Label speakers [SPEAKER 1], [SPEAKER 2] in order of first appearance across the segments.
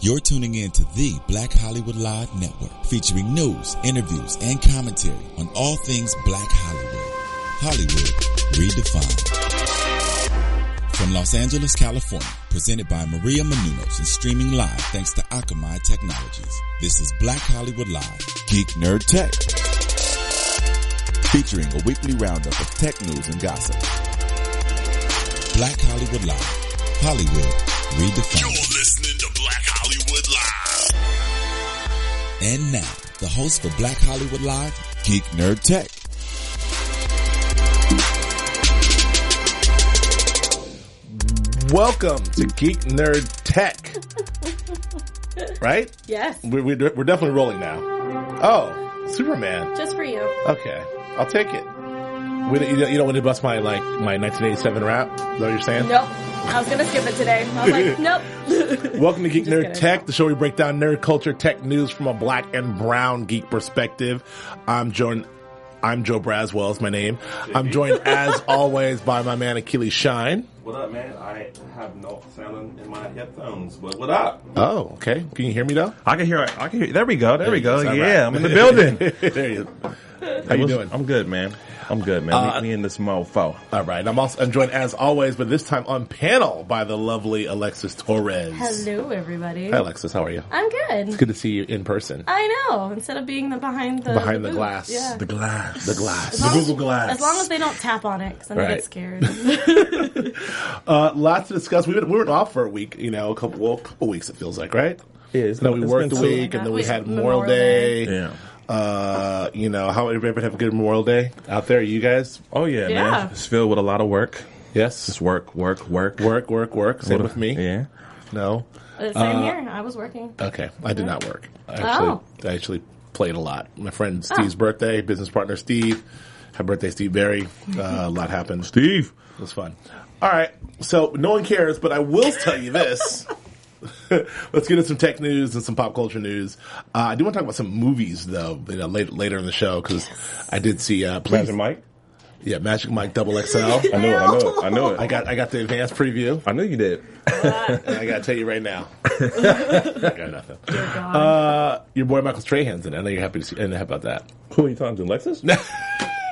[SPEAKER 1] You're tuning in to the Black Hollywood Live Network, featuring news, interviews, and commentary on all things Black Hollywood. Hollywood redefined. From Los Angeles, California, presented by Maria Menounos and streaming live thanks to Akamai Technologies. This is Black Hollywood Live, Geek Nerd Tech. Featuring a weekly roundup of tech news and gossip. Black Hollywood Live, Hollywood redefined.
[SPEAKER 2] You're listening to Black Hollywood Live.
[SPEAKER 1] And now, the host for Black Hollywood Live, Geek Nerd Tech.
[SPEAKER 3] Welcome to Geek Nerd Tech. right?
[SPEAKER 4] Yes,
[SPEAKER 3] We, we, we're definitely rolling now. Oh, Superman.
[SPEAKER 4] just for you.
[SPEAKER 3] Okay, I'll take it. We, you, don't- you don't want to bust my like my 1987 rap? Is that what you're saying?
[SPEAKER 4] Nope. I was gonna skip it today. I was like, nope.
[SPEAKER 3] Welcome to Geek
[SPEAKER 4] Just
[SPEAKER 3] Nerd
[SPEAKER 4] kidding.
[SPEAKER 3] Tech, the show where we break down nerd culture, tech news from a black and brown geek perspective. I'm Jordan. I'm Joe Braswell is my name. I'm joined as always by my man Achilles Shine.
[SPEAKER 5] What up, man? I have no sound in my headphones, but what up?
[SPEAKER 3] Oh, okay. Can you hear me though?
[SPEAKER 5] I can hear. I can hear. There we go. There we go.
[SPEAKER 3] All
[SPEAKER 5] Yeah,
[SPEAKER 3] right.
[SPEAKER 5] I'm in the building.
[SPEAKER 3] there you go. How you
[SPEAKER 5] What's-
[SPEAKER 3] doing?
[SPEAKER 5] I'm good, man. I'm good, man.
[SPEAKER 3] Uh,
[SPEAKER 5] me, me in this mofo.
[SPEAKER 3] All right. I'm also I'm joined as always, but this time on panel by the lovely Alexis Torres.
[SPEAKER 4] Hello, everybody.
[SPEAKER 3] Hi, Alexis. How are you?
[SPEAKER 4] I'm good.
[SPEAKER 3] Good to see you in person.
[SPEAKER 4] I know. Instead of being the behind Uh, the
[SPEAKER 3] Behind the
[SPEAKER 4] booth.
[SPEAKER 3] glass.
[SPEAKER 4] yeah.
[SPEAKER 3] The glass. The glass.
[SPEAKER 4] As long as-
[SPEAKER 5] Google Glass.
[SPEAKER 4] As long as they don't tap on it, because then I
[SPEAKER 3] Right.
[SPEAKER 4] get scared.
[SPEAKER 3] Uh, lots to discuss. We, were- we weren't off for a week, you know, a couple, well, a couple weeks, it feels like, right?
[SPEAKER 5] Yeah, it's
[SPEAKER 3] no,
[SPEAKER 5] been-
[SPEAKER 3] we
[SPEAKER 5] it's
[SPEAKER 3] worked
[SPEAKER 5] been
[SPEAKER 3] a
[SPEAKER 5] two-
[SPEAKER 3] week, and then we
[SPEAKER 4] Something like
[SPEAKER 3] had
[SPEAKER 4] that.
[SPEAKER 3] Memorial
[SPEAKER 4] Memorial
[SPEAKER 3] Day.
[SPEAKER 4] Day.
[SPEAKER 5] Yeah.
[SPEAKER 3] Uh, you know, how everybody have a good Memorial Day out there? You guys?
[SPEAKER 5] Oh yeah,
[SPEAKER 4] Yeah.
[SPEAKER 5] man. It's filled with a lot of work.
[SPEAKER 3] Yes.
[SPEAKER 5] Just work, work, work,
[SPEAKER 3] Work, work, work. Same
[SPEAKER 5] What a-
[SPEAKER 3] with me.
[SPEAKER 5] Yeah.
[SPEAKER 3] No.
[SPEAKER 4] Same
[SPEAKER 3] Uh,
[SPEAKER 4] here. I was working.
[SPEAKER 3] Okay, I did not work. I actually,
[SPEAKER 4] Oh.
[SPEAKER 3] I actually played a lot. My friend Steve's birthday, business partner Steve. Happy birthday, Steve Barry. Uh, a lot happened. It
[SPEAKER 5] Steve.
[SPEAKER 3] was fun. All right, so no one cares, but I will tell you this. Let's get into some tech news and some pop culture news. Uh, I do want to talk about some movies, though, you know, later, later in the show, because I did see uh, please,
[SPEAKER 5] Magic Mike.
[SPEAKER 3] Yeah, Magic Mike Double XL.
[SPEAKER 5] I knew it. I knew it. I knew it.
[SPEAKER 3] I got I got the advanced preview.
[SPEAKER 5] I knew you did.
[SPEAKER 3] And I gotta tell you right now, I got nothing.
[SPEAKER 4] God.
[SPEAKER 3] Uh, your boy Michael Strahan's in it. I know you're happy to see. And how about that?
[SPEAKER 5] Who are you talking to, Lexus?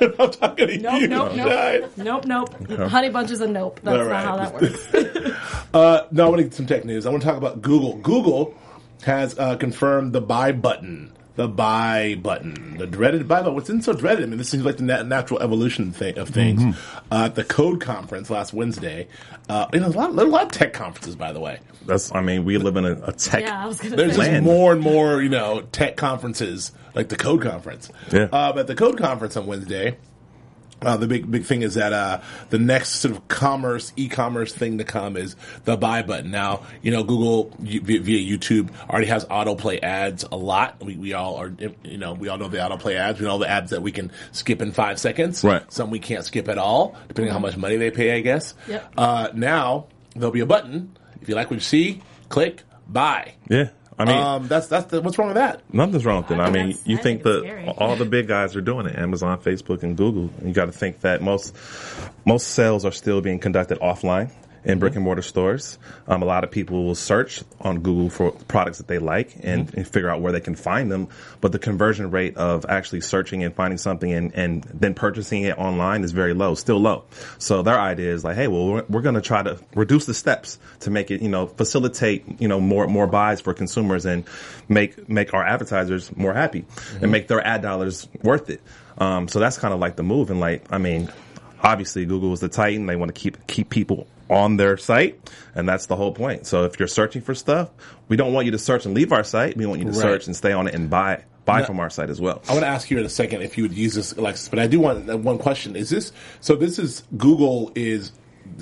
[SPEAKER 3] I'm talking to
[SPEAKER 4] Nope,
[SPEAKER 3] you.
[SPEAKER 4] nope,
[SPEAKER 3] Shine.
[SPEAKER 4] nope, nope, nope. Honey bunch is a nope. That's
[SPEAKER 3] All right.
[SPEAKER 4] not how that works.
[SPEAKER 3] Uh, no, I want to get some tech news. I want to talk about Google. Google has uh, confirmed the buy button. The buy button, the dreaded buy button. What's in so dreaded? I mean, this seems like the nat- natural evolution thing of things. Uh, at the Code conference last Wednesday, uh, you know, a lot, a lot of tech conferences, by the way.
[SPEAKER 5] That's. I mean, we live in a, a tech.
[SPEAKER 4] Yeah, I was gonna
[SPEAKER 3] There's
[SPEAKER 4] say.
[SPEAKER 3] just
[SPEAKER 5] Land.
[SPEAKER 3] more and more, you know, tech conferences like the Code Conference.
[SPEAKER 5] Yeah.
[SPEAKER 3] Uh, but the Code Conference on Wednesday, uh, the big big thing is that uh, the next sort of commerce e-commerce thing to come is the buy button. Now, you know, Google you, via, via YouTube already has autoplay ads a lot. We, we all are, you know, we all know the autoplay ads. We know the ads that we can skip in five seconds.
[SPEAKER 5] Right.
[SPEAKER 3] Some we can't skip at all, depending on how much money they pay, I guess.
[SPEAKER 4] Yep.
[SPEAKER 3] Uh, now there'll be a button. If you like what you see, click buy.
[SPEAKER 5] Yeah. I mean,
[SPEAKER 3] Um, that's that's the, what's wrong with that?
[SPEAKER 5] Nothing's wrong with it.
[SPEAKER 4] I
[SPEAKER 5] I
[SPEAKER 4] think
[SPEAKER 5] mean,
[SPEAKER 4] that's-
[SPEAKER 5] you
[SPEAKER 4] I
[SPEAKER 5] think
[SPEAKER 4] think
[SPEAKER 5] that
[SPEAKER 4] it's scary.
[SPEAKER 5] all the big guys are doing it: Amazon, Facebook, and Google. You got to think that most most sales are still being conducted offline
[SPEAKER 4] Mm-hmm.
[SPEAKER 5] in brick and mortar stores. Um, a lot of people will search on Google for products that they like and,
[SPEAKER 4] Mm-hmm.
[SPEAKER 5] and figure out where they can find them. But the conversion rate of actually searching and finding something and, and then purchasing it online is very low, still low. So their idea is like, hey, well, we're, we're going to try to reduce the steps to make it, you know, facilitate, you know, more more buys for consumers and make make our advertisers more happy
[SPEAKER 3] Mm-hmm.
[SPEAKER 5] and make their ad dollars worth it. Um, so that's kind of like the move. And like, I mean, obviously Google is the titan. They want to keep keep people on their site, and that's the whole point. So if you're searching for stuff, we don't want you to search and leave our site. We want you to
[SPEAKER 3] Right.
[SPEAKER 5] search and stay on it and buy buy
[SPEAKER 3] No.
[SPEAKER 5] from our site as well.
[SPEAKER 3] I want to ask you in a second if you would use this, Alexis. But I do want that one question: Is this so? This is Google is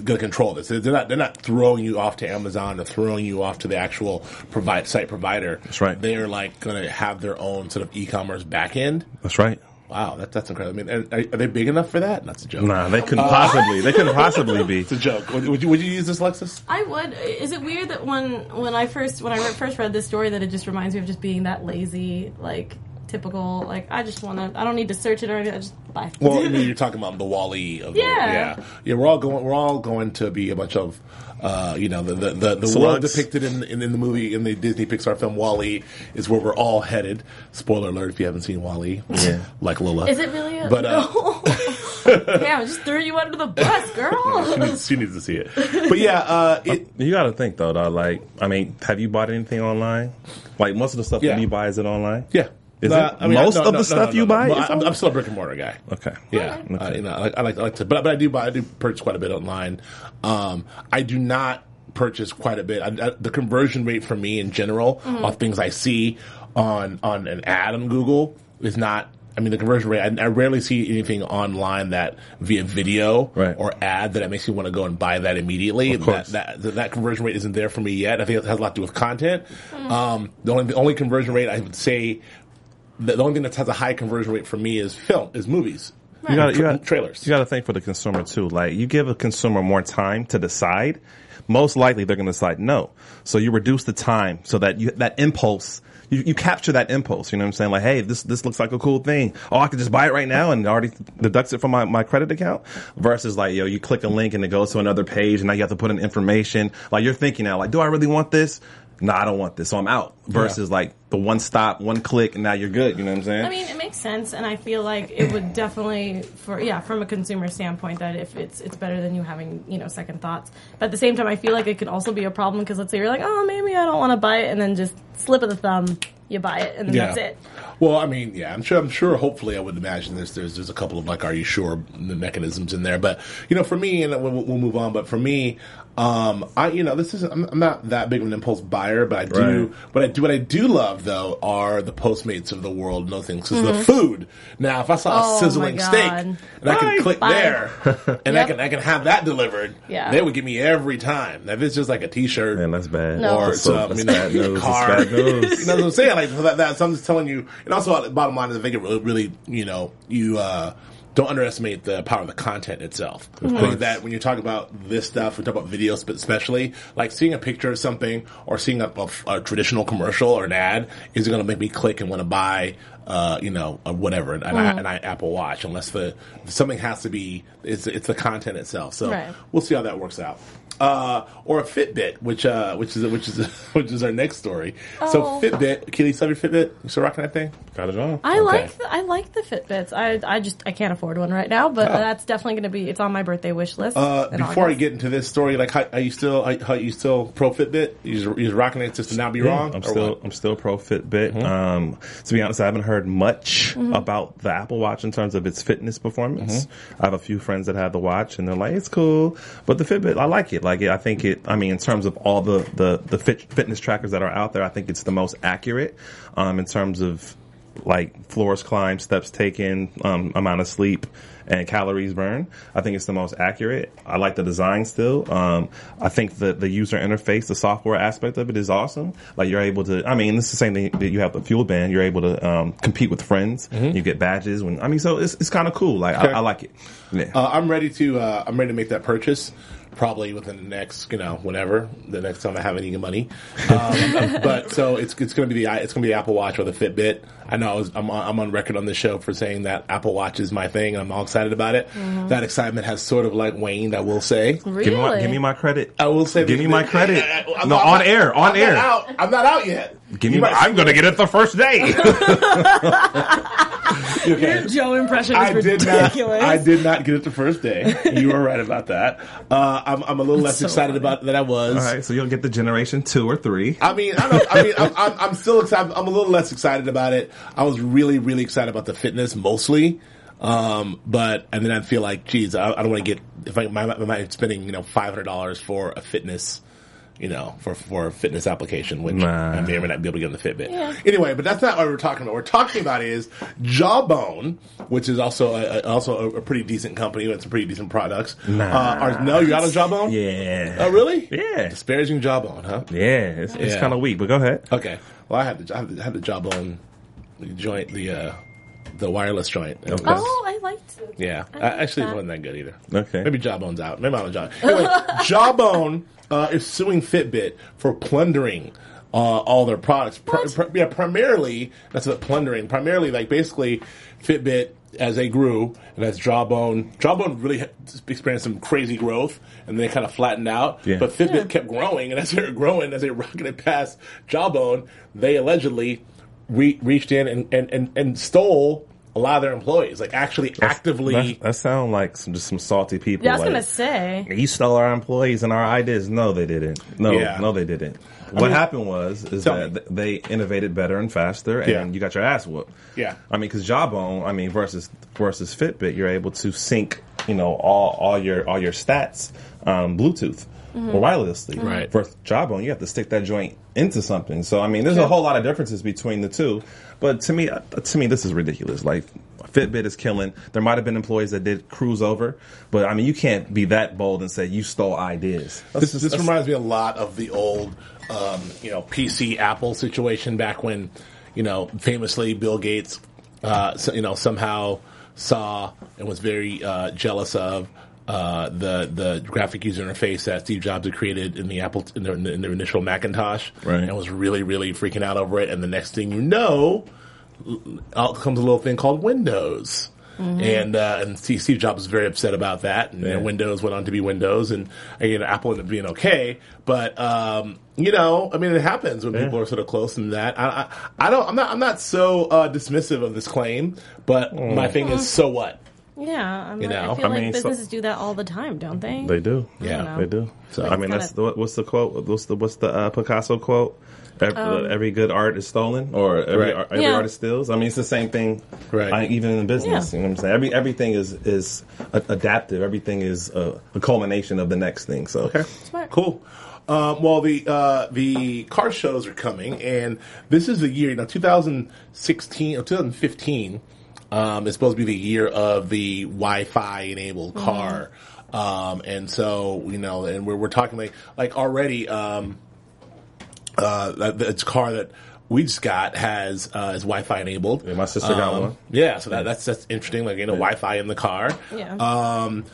[SPEAKER 3] going to control this. They're not they're not throwing you off to Amazon or throwing you off to the actual provide site provider.
[SPEAKER 5] That's right.
[SPEAKER 3] They are like going to have their own sort of e-commerce backend.
[SPEAKER 5] That's right.
[SPEAKER 3] Wow, that, that's incredible. I mean, are, are they big enough for that? That's a joke.
[SPEAKER 5] Nah, they
[SPEAKER 3] Uh,
[SPEAKER 5] couldn't possibly. They couldn't possibly be.
[SPEAKER 3] It's a joke. Would, would you would you use this, Alexis?
[SPEAKER 4] I would. Is it weird that when when I first when I re- first read this story that it just reminds me of just being that lazy, like
[SPEAKER 6] typical. Like I just want to. I don't need to search it or anything. I just buy.
[SPEAKER 3] Well, I mean, you're talking about the Wally of the
[SPEAKER 6] Yeah.
[SPEAKER 3] yeah, yeah. We're all going. We're all going to be a bunch of, uh, you know, the the, the, the world
[SPEAKER 5] Slugs.
[SPEAKER 3] depicted in, in in the movie in the Disney Pixar film Wally is where we're all headed. Spoiler alert: if you haven't seen Wally,
[SPEAKER 5] Yeah.
[SPEAKER 3] like Lola,
[SPEAKER 6] Is it really? A,
[SPEAKER 3] But, uh,
[SPEAKER 6] no. Damn, I just threw you under the bus,
[SPEAKER 3] she,
[SPEAKER 6] girl.
[SPEAKER 3] needs, she needs to see it. But yeah, uh, it,
[SPEAKER 5] You got to think though, dog. Like, I mean, have you bought anything online? Like most of the stuff
[SPEAKER 3] Yeah.
[SPEAKER 5] that you buy is it online?
[SPEAKER 3] yeah.
[SPEAKER 5] Is
[SPEAKER 3] Nah,
[SPEAKER 5] it most
[SPEAKER 3] no,
[SPEAKER 5] of
[SPEAKER 3] no,
[SPEAKER 5] the
[SPEAKER 3] no,
[SPEAKER 5] stuff
[SPEAKER 3] no,
[SPEAKER 5] you
[SPEAKER 3] no,
[SPEAKER 5] buy?
[SPEAKER 3] no.
[SPEAKER 5] is
[SPEAKER 3] I'm,
[SPEAKER 5] on-
[SPEAKER 3] I'm still a brick and mortar guy.
[SPEAKER 5] okay.
[SPEAKER 3] Yeah, uh,
[SPEAKER 5] Okay.
[SPEAKER 3] you know, I, like- I like I like to, but but I do buy I do purchase quite a bit online. Um, I do not purchase quite a bit. I, I- the conversion rate for me in general of things I see on on an ad on Google is not. I mean, the conversion rate. I, I rarely see anything online that via video
[SPEAKER 5] Right.
[SPEAKER 3] or ad that it makes me want to go and buy that immediately.
[SPEAKER 5] Of course.
[SPEAKER 3] That, that that conversion rate isn't there for me yet. I think it has a lot to do with content. Um, the only the only conversion rate I would say. The the only thing that has a high conversion rate for me is film, is movies.
[SPEAKER 5] You got you
[SPEAKER 3] Tra-
[SPEAKER 5] got
[SPEAKER 3] trailers.
[SPEAKER 5] You got to think for the consumer too. Like you give a consumer more time to decide, most likely they're going to decide no. So you reduce the time so that you that impulse you, you capture that impulse. You know what I'm saying? Like, hey, this this looks like a cool thing. Oh, I could just buy it right now and it already deducts it from my, my credit account. Versus like, yo, you click a link and it goes to another page and now you have to put in information. Like you're thinking now, like, do I really want this? No, I don't want this, so I'm out. Versus like the one stop, one click, and now you're good. You know what I'm saying?
[SPEAKER 6] I mean, it makes sense, and I feel like it would definitely, for yeah, from a consumer standpoint, that if it's it's better than you having you know second thoughts. But at the same time, I feel like it could also be a problem because let's say you're like, oh, maybe I don't want to buy it, and then just slip of the thumb, you buy it, and then that's it.
[SPEAKER 3] Well, I mean, yeah, I'm sure. I'm sure. Hopefully, I would imagine there's there's there's a couple of like, are you sure the mechanisms in there? But you know, for me, and we'll, we'll move on. But for me, um, I you know, this is I'm, I'm not that big of an impulse buyer, but I do.
[SPEAKER 5] Right.
[SPEAKER 3] What I do, what I do love though, are the Postmates of the world. No things, because the food. Now, if I saw
[SPEAKER 6] Mm-hmm. Oh,
[SPEAKER 3] a
[SPEAKER 6] my
[SPEAKER 3] sizzling steak
[SPEAKER 6] God.
[SPEAKER 3] and I can click
[SPEAKER 6] Bye.
[SPEAKER 3] there, and I
[SPEAKER 6] Yep.
[SPEAKER 3] can I can have that delivered,
[SPEAKER 6] Yeah.
[SPEAKER 3] they would give me every time. Now, if it's just like a T-shirt,
[SPEAKER 5] Man, that's bad.
[SPEAKER 6] No.
[SPEAKER 3] or
[SPEAKER 6] That's
[SPEAKER 3] some, you know, car.
[SPEAKER 5] That's bad news.
[SPEAKER 3] you know what I'm saying? Like so that, that, so I'm just telling you. And also, uh, bottom line is, I think it really, really, you know, you uh, don't underestimate the power of the content itself. I think that when you talk about this stuff, we talk about videos, but especially like seeing a picture of something or seeing a, a f- a traditional commercial or an ad is going to make me click and want to buy. Uh, you know, uh, whatever, and, I, and I Apple Watch, unless the something has to be, it's it's the content itself. So
[SPEAKER 6] Right.
[SPEAKER 3] we'll see how that works out. Uh, or a Fitbit, which uh, which is which is which is our next story. So
[SPEAKER 6] Oh.
[SPEAKER 3] Fitbit, Keely, you still have your Fitbit? You still rocking that thing?
[SPEAKER 5] Got it on.
[SPEAKER 6] I
[SPEAKER 3] Okay.
[SPEAKER 6] like the, I like the Fitbits. I I just I can't afford one right now, but
[SPEAKER 3] Oh.
[SPEAKER 6] that's definitely going to be it's on my birthday wish list.
[SPEAKER 3] Uh, before I get into this story, like, how, are you still are, how you still pro Fitbit? You just, you just rocking it just to not be
[SPEAKER 5] Yeah,
[SPEAKER 3] wrong?
[SPEAKER 5] I'm
[SPEAKER 3] or
[SPEAKER 5] still
[SPEAKER 3] what? Mm-hmm.
[SPEAKER 5] I'm still pro Fitbit. Um, to be honest, I haven't heard much
[SPEAKER 6] Mm-hmm.
[SPEAKER 5] about the Apple Watch in terms of its fitness performance.
[SPEAKER 3] Mm-hmm.
[SPEAKER 5] I have a few friends that have the watch, and they're like, "It's cool," but the Fitbit, I like it. Like, it, I think it. I mean, in terms of all the the the fit, fitness trackers that are out there, I think it's the most accurate um, in terms of like floors climbed, steps taken, um, amount of sleep, and calories burned. I think it's the most accurate. I like the design still. Um, I think the, the user interface, the software aspect of it is awesome. Like you're able to, I mean, it's the same thing that you have the fuel band. You're able to um, compete with friends. You get badges when, I mean, so it's, it's kind of cool. Like
[SPEAKER 3] Okay.
[SPEAKER 5] I, I like it. Yeah.
[SPEAKER 3] Uh, I'm ready to uh, I'm ready to make that purchase. Probably within the next, you know, whenever the next time I have any money, um, but so it's it's going to be the it's going to be the Apple Watch or the Fitbit. I know I was, I'm on- I'm on record on this show for saying that Apple Watch is my thing, and I'm all excited about it. That excitement has sort of like waned, I will say.
[SPEAKER 6] really,
[SPEAKER 5] Give me, my, give me my credit.
[SPEAKER 3] I will say,
[SPEAKER 5] Give me my credit.
[SPEAKER 3] I- I- I'm
[SPEAKER 5] No,
[SPEAKER 3] not-
[SPEAKER 5] on air, on
[SPEAKER 3] I'm
[SPEAKER 5] air.
[SPEAKER 3] Not out. I'm not out yet.
[SPEAKER 5] Give me.
[SPEAKER 3] You
[SPEAKER 5] My,
[SPEAKER 3] might-
[SPEAKER 5] I'm gonna get it the first day.
[SPEAKER 3] okay.
[SPEAKER 6] Joe impression is
[SPEAKER 3] I did not.
[SPEAKER 6] ridiculous.
[SPEAKER 3] I did not get it the first day. You were right about that. Uh, I'm, I'm a little less
[SPEAKER 6] so
[SPEAKER 3] excited
[SPEAKER 6] funny.
[SPEAKER 3] about it than I was.
[SPEAKER 5] all right, so you'll get the generation two or three.
[SPEAKER 3] I mean, I, don't, I mean, I'm, I'm, I'm still excited. I'm a little less excited about it. I was really, really excited about the fitness mostly. Um, but, and then I feel like, geez, I, I don't want to get, if I, my, my, my spending, you know, $500 for a fitness, you know, for, for a fitness application, which
[SPEAKER 5] Nah.
[SPEAKER 3] I may or may not be able to get on the Fitbit.
[SPEAKER 6] Yeah.
[SPEAKER 3] Anyway, but that's not what we're talking about. We're talking about is Jawbone, which is also a, a- also a, a pretty decent company with some pretty decent products.
[SPEAKER 5] Nah.
[SPEAKER 3] Uh, are, no, you're out of Jawbone?
[SPEAKER 5] Yeah.
[SPEAKER 3] Oh, really?
[SPEAKER 5] Yeah.
[SPEAKER 3] Disparaging Jawbone, huh?
[SPEAKER 5] Yeah, it's, it's
[SPEAKER 3] Yeah.
[SPEAKER 5] kind of weak, but go ahead.
[SPEAKER 3] Okay. Well, I had the I had the, I had the jawbone joint, the uh, the wireless joint. It was-
[SPEAKER 6] oh, I liked.
[SPEAKER 3] yeah. I
[SPEAKER 6] I like
[SPEAKER 3] actually, it
[SPEAKER 6] that.
[SPEAKER 3] wasn't that good either.
[SPEAKER 5] Okay.
[SPEAKER 3] Maybe jawbone's out. Maybe I'm a jawbone. Anyway, jawbone uh, is suing Fitbit for plundering. uh, all their products. Pri- pri- yeah, primarily that's what plundering. Primarily, like basically, Fitbit as they grew and as Jawbone, Jawbone really had- experienced some crazy growth, and then it kind of flattened out.
[SPEAKER 5] Yeah.
[SPEAKER 3] But Fitbit kept growing, and as they were growing, as they rocketed past Jawbone, they allegedly re- reached in and, and, and, and stole a lot of their employees, like actually actively.
[SPEAKER 5] That, that sound like some just some salty people.
[SPEAKER 6] Yeah, I was
[SPEAKER 5] like,
[SPEAKER 6] gonna say.
[SPEAKER 5] You stole our employees and our ideas. No, they didn't. No,
[SPEAKER 3] Yeah.
[SPEAKER 5] no, they didn't. What
[SPEAKER 3] mean-
[SPEAKER 5] happened was is
[SPEAKER 3] Tell
[SPEAKER 5] that
[SPEAKER 3] me.
[SPEAKER 5] th- they innovated better and faster, and
[SPEAKER 3] Yeah.
[SPEAKER 5] you got your ass whooped.
[SPEAKER 3] Yeah.
[SPEAKER 5] I mean, because Jawbone, I mean, versus versus Fitbit, you're able to sync, you know, all all your all your stats, um, Bluetooth.
[SPEAKER 6] Mm-hmm.
[SPEAKER 5] Or wirelessly,
[SPEAKER 3] Right.
[SPEAKER 5] For Jawbone, you have to stick that joint into something. So I mean, there's a whole lot of differences between the two. But to me, uh, to me, this is ridiculous. Like Fitbit is killing. There might have been employees that did cruise over, but I mean, you can't be that bold and say you stole ideas.
[SPEAKER 3] This, this reminds me a lot of the old, um, you know, PC Apple situation back when, you know, famously Bill Gates, uh, so, you know, somehow saw and was very uh, jealous of uh, the the graphic user interface that Steve Jobs had created in the Apple in their, in their initial Macintosh,
[SPEAKER 5] Right.
[SPEAKER 3] and was really really freaking out over it. And the next thing you know, out comes a little thing called Windows. And uh, and Steve Steve Jobs was very upset about that, and
[SPEAKER 5] Mm-hmm. Yeah.
[SPEAKER 3] then Windows went on to be Windows, and you know Apple ended up being okay. But um, you know, I mean, it happens when people are sort of close in that. I, I, I don't, I'm not, I'm not so uh, dismissive of this claim, but
[SPEAKER 5] Mm.
[SPEAKER 3] my thing is, so what?
[SPEAKER 6] Yeah, I'm like,
[SPEAKER 3] know,
[SPEAKER 6] I feel
[SPEAKER 5] I
[SPEAKER 6] like
[SPEAKER 5] mean, so-
[SPEAKER 6] businesses do that all the time, don't they?
[SPEAKER 5] They do.
[SPEAKER 3] Yeah,
[SPEAKER 6] know.
[SPEAKER 5] they do. So I mean,
[SPEAKER 6] kinda-
[SPEAKER 5] that's the, what's the quote? What's the what's the uh, Picasso quote? Every, every good art is stolen, or every,
[SPEAKER 3] Right.
[SPEAKER 5] ar- every
[SPEAKER 6] Um, Yeah.
[SPEAKER 5] artist steals. I mean, it's the same thing.
[SPEAKER 3] Right.
[SPEAKER 5] I, even in the business,
[SPEAKER 6] Yeah.
[SPEAKER 5] you know what I'm saying. Every everything is is a- adaptive. Everything is a, a culmination of the next thing. So
[SPEAKER 6] Smart.
[SPEAKER 3] Cool. Um, well, the uh, the car shows are coming, and this is the year. Now, 2016 or 2015 um, is supposed to be the year of the Wi-Fi enabled car, um, and so you know, and we're we're talking like like already. Um, uh, that, that's a car that we just got has uh, is Wi-Fi enabled. Um,
[SPEAKER 5] Yeah, my sister got one.
[SPEAKER 3] Yeah, so that, that's that's interesting. Like you know, Wi-Fi in the car.
[SPEAKER 6] Yeah.
[SPEAKER 3] Um,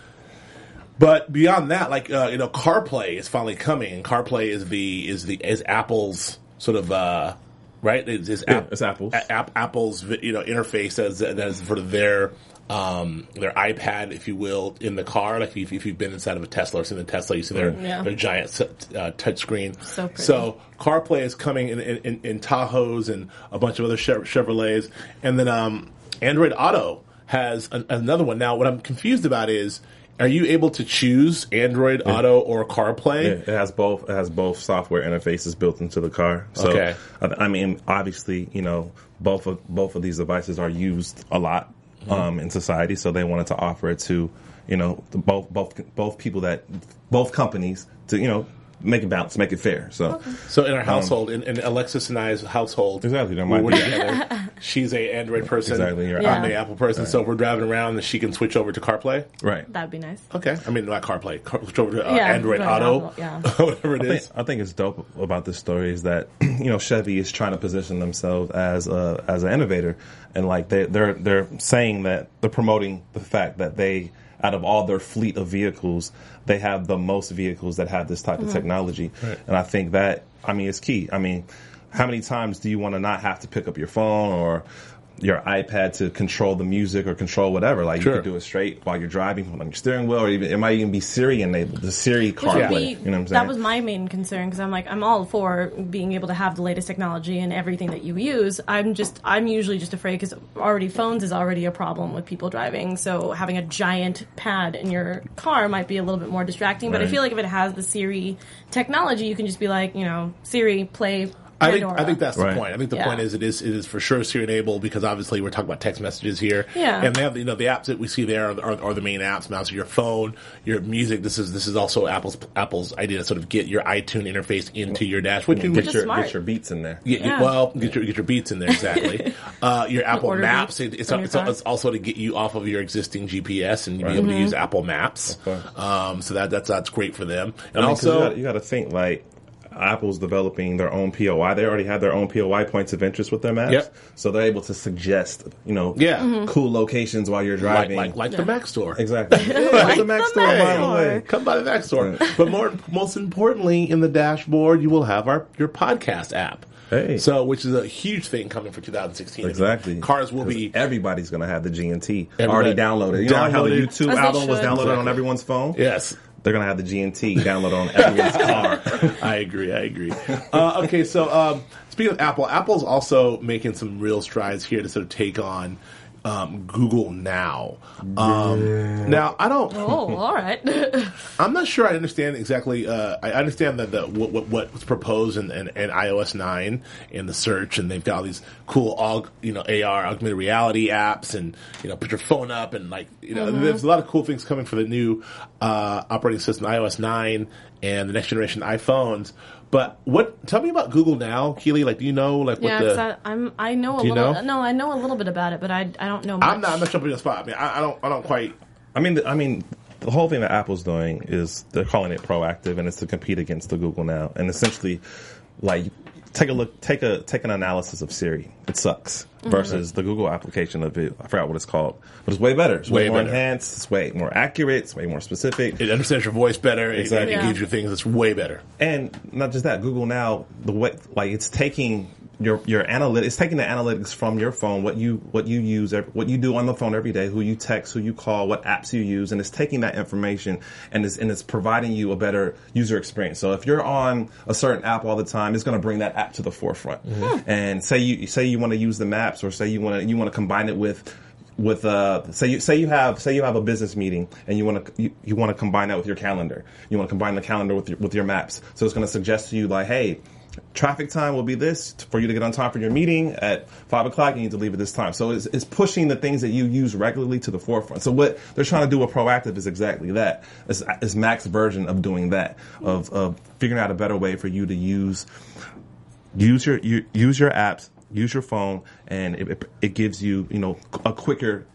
[SPEAKER 3] but beyond that, like uh, you know, CarPlay is finally coming, and CarPlay is the is the is Apple's sort of uh, right. It's, it's,
[SPEAKER 5] Yeah, it's Apple's.
[SPEAKER 3] A- App, Apple's you know interface as as for their um, their iPad, if you will, in the car. Like if, if you've been inside of a Tesla or seen a Tesla, you see their
[SPEAKER 6] Mm. Yeah.
[SPEAKER 3] their giant s- uh, touchscreen.
[SPEAKER 6] So pretty.
[SPEAKER 3] so CarPlay is coming in, in, in, in Tahoes and a bunch of other Chev- Chevrolets, and then um, Android Auto has an, another one. Now, what I'm confused about is, are you able to choose Android Auto or
[SPEAKER 5] Yeah,
[SPEAKER 3] CarPlay?
[SPEAKER 5] it has both. It has both software interfaces built into the car. So,
[SPEAKER 3] Okay.
[SPEAKER 5] I, I mean, obviously, you know, both of both of these devices are used a lot um, in society. So they wanted to offer it to you know the both both both people that both companies to you know make it balance, make it fair. So.
[SPEAKER 3] So in our household, in, in Alexis and I's household,
[SPEAKER 5] Um, Exactly, there
[SPEAKER 3] we're
[SPEAKER 5] might be-
[SPEAKER 3] together. She's a Android person.
[SPEAKER 5] Exactly, you're
[SPEAKER 3] I'm
[SPEAKER 6] Yeah.
[SPEAKER 3] the Apple person. So if we're driving around, she can switch over to CarPlay.
[SPEAKER 5] Right.
[SPEAKER 6] That'd be nice.
[SPEAKER 3] Okay, I mean not CarPlay, Car- switch over to uh,
[SPEAKER 6] Yeah,
[SPEAKER 3] Android
[SPEAKER 6] Android
[SPEAKER 3] Auto,
[SPEAKER 6] Auto, yeah.
[SPEAKER 3] whatever it
[SPEAKER 5] I think,
[SPEAKER 3] is.
[SPEAKER 5] I think it's dope about this story is that you know Chevy is trying to position themselves as a as an innovator, and like they they're they're saying that they're promoting the fact that they out of all their fleet of vehicles, they have the most vehicles that have this type
[SPEAKER 6] Mm-hmm.
[SPEAKER 5] of technology, and I think that I mean it's key. I mean, how many times do you want to not have to pick up your phone or your iPad to control the music or control whatever? Like
[SPEAKER 3] Sure.
[SPEAKER 5] you could do it straight while you're driving on your steering wheel, or even it might even be Siri enabled, the Siri car.
[SPEAKER 6] Which would
[SPEAKER 5] play,
[SPEAKER 6] be-
[SPEAKER 5] you know what I'm saying?
[SPEAKER 6] That was my main concern because I'm like, I'm all for being able to have the latest technology and everything that you use. I'm just, I'm usually just afraid because already phones is already a problem with people driving. So having a giant pad in your car might be a little bit more distracting. But I
[SPEAKER 5] Right.
[SPEAKER 6] feel like if it has the Siri technology, you can just be like, you know, Siri, play.
[SPEAKER 3] I think
[SPEAKER 6] Pandora.
[SPEAKER 3] I think that's
[SPEAKER 5] Right.
[SPEAKER 3] the point. I think the
[SPEAKER 6] Yeah.
[SPEAKER 3] point is it is it is for sure Siri enabled because obviously we're talking about text messages here.
[SPEAKER 6] Yeah.
[SPEAKER 3] And they have you know the apps that we see there are, are, are the main apps now. So your phone, your music. This is this is also Apple's Apple's idea to sort of get your iTunes interface into your dash, which you
[SPEAKER 5] get
[SPEAKER 6] is
[SPEAKER 5] your
[SPEAKER 6] smart.
[SPEAKER 5] get your beats in there.
[SPEAKER 3] Yeah,
[SPEAKER 6] Yeah.
[SPEAKER 3] Well, get your get your beats in there exactly. uh, your Apple
[SPEAKER 6] order
[SPEAKER 3] Maps.
[SPEAKER 6] beats
[SPEAKER 3] It, it's,
[SPEAKER 6] from your
[SPEAKER 3] it's,
[SPEAKER 6] car.
[SPEAKER 3] it's also to get you off of your existing GPS and be able to use
[SPEAKER 6] Mm-hmm.
[SPEAKER 3] Apple Maps.
[SPEAKER 5] Okay.
[SPEAKER 3] Um, so that that's that's great for them. And
[SPEAKER 5] I mean, 'cause you
[SPEAKER 3] also,
[SPEAKER 5] gotta- you got to think like Apple's developing their own POI. They already have their own POI points of interest with their maps,
[SPEAKER 3] Yep.
[SPEAKER 5] so they're able to suggest, you know,
[SPEAKER 3] Yeah.
[SPEAKER 6] Mm-hmm.
[SPEAKER 3] Mhm.
[SPEAKER 5] cool locations while you're
[SPEAKER 3] Like,
[SPEAKER 5] driving.
[SPEAKER 3] like, like the Mac store.
[SPEAKER 5] exactly. like the Mac
[SPEAKER 6] the
[SPEAKER 5] store,
[SPEAKER 6] Mac
[SPEAKER 5] by the
[SPEAKER 6] store.
[SPEAKER 5] way.
[SPEAKER 3] Come by the Mac store.
[SPEAKER 5] Right.
[SPEAKER 3] But more, most importantly, in the dashboard, you will have our your podcast app.
[SPEAKER 5] Hey.
[SPEAKER 3] So, which is a huge thing coming for 2016.
[SPEAKER 5] Exactly.
[SPEAKER 3] Cars will
[SPEAKER 5] 'Cause
[SPEAKER 3] be
[SPEAKER 5] Everybody's going to have the GNT
[SPEAKER 3] Everybody-
[SPEAKER 5] already downloaded. You know how the
[SPEAKER 3] Downloaded.
[SPEAKER 5] YouTube
[SPEAKER 6] As they
[SPEAKER 5] album was
[SPEAKER 6] should.
[SPEAKER 5] downloaded on everyone's phone?
[SPEAKER 3] yes.
[SPEAKER 5] They're going to have the GNT downloaded on everyone's car.
[SPEAKER 3] I agree. I agree. Uh, okay, so um, speaking of Apple, Apple's also making some real strides here to sort of take on um, Google Now. Um, now, I don't.
[SPEAKER 6] Oh, all right.
[SPEAKER 3] I'm not sure I understand exactly. Uh, I understand that the what, what what was proposed in, in, in iOS nine and the search, and they've got all these cool aug, you know AR augmented reality apps, and you know put your phone up, and like you know there's a lot of cool things coming for the new uh, operating system iOS nine and the next generation iPhones. But what? Tell me about Google now, Keely. Like, do you know like what
[SPEAKER 6] yeah,
[SPEAKER 3] the?
[SPEAKER 6] 'cause I, I'm. I know a
[SPEAKER 3] Do you
[SPEAKER 6] little.
[SPEAKER 3] know?
[SPEAKER 6] No, I know a little bit about it, but I, I don't know much.
[SPEAKER 3] I'm not. I'm not jumping on the spot. I mean, I, I don't. I don't quite.
[SPEAKER 5] I mean, I mean, the whole thing that Apple's doing is they're calling it proactive, and it's to compete against the Google now, and essentially, like, take a look, take a take an analysis of Siri. It sucks versus the Google application of it. I forgot what it's called, but it's way better. It's way,
[SPEAKER 3] Way
[SPEAKER 5] more
[SPEAKER 3] better.
[SPEAKER 5] enhanced. It's way more accurate. It's way more specific.
[SPEAKER 3] It understands your voice better. It,
[SPEAKER 5] Exactly.
[SPEAKER 3] it
[SPEAKER 6] Yeah.
[SPEAKER 3] gives you things that's way better.
[SPEAKER 5] and not just that, Google now the way like it's taking your your analytics, it's taking the analytics from your phone, what you what you use, ev- what you do on the phone every day, who you text, who you call, what apps you use, and it's taking that information and it's and it's providing you a better user experience. So if you're on a certain app all the time, it's going to bring that app to the forefront. And say you say you want to use the maps, or say you want to you want to combine it with with uh say you say you have say you have a business meeting and you want to you, you want to combine that with your calendar you want to combine the calendar with your with your maps so it's going to suggest to you like hey traffic time will be this for you to get on time for your meeting at five o'clock you need to leave at this time so it's, it's pushing the things that you use regularly to the forefront so what they're trying to do with proactive is exactly that it's, it's mac's version of doing that of of figuring out a better way for you to use use your you, use your apps, use your phone, and it, it, it gives you you know a quicker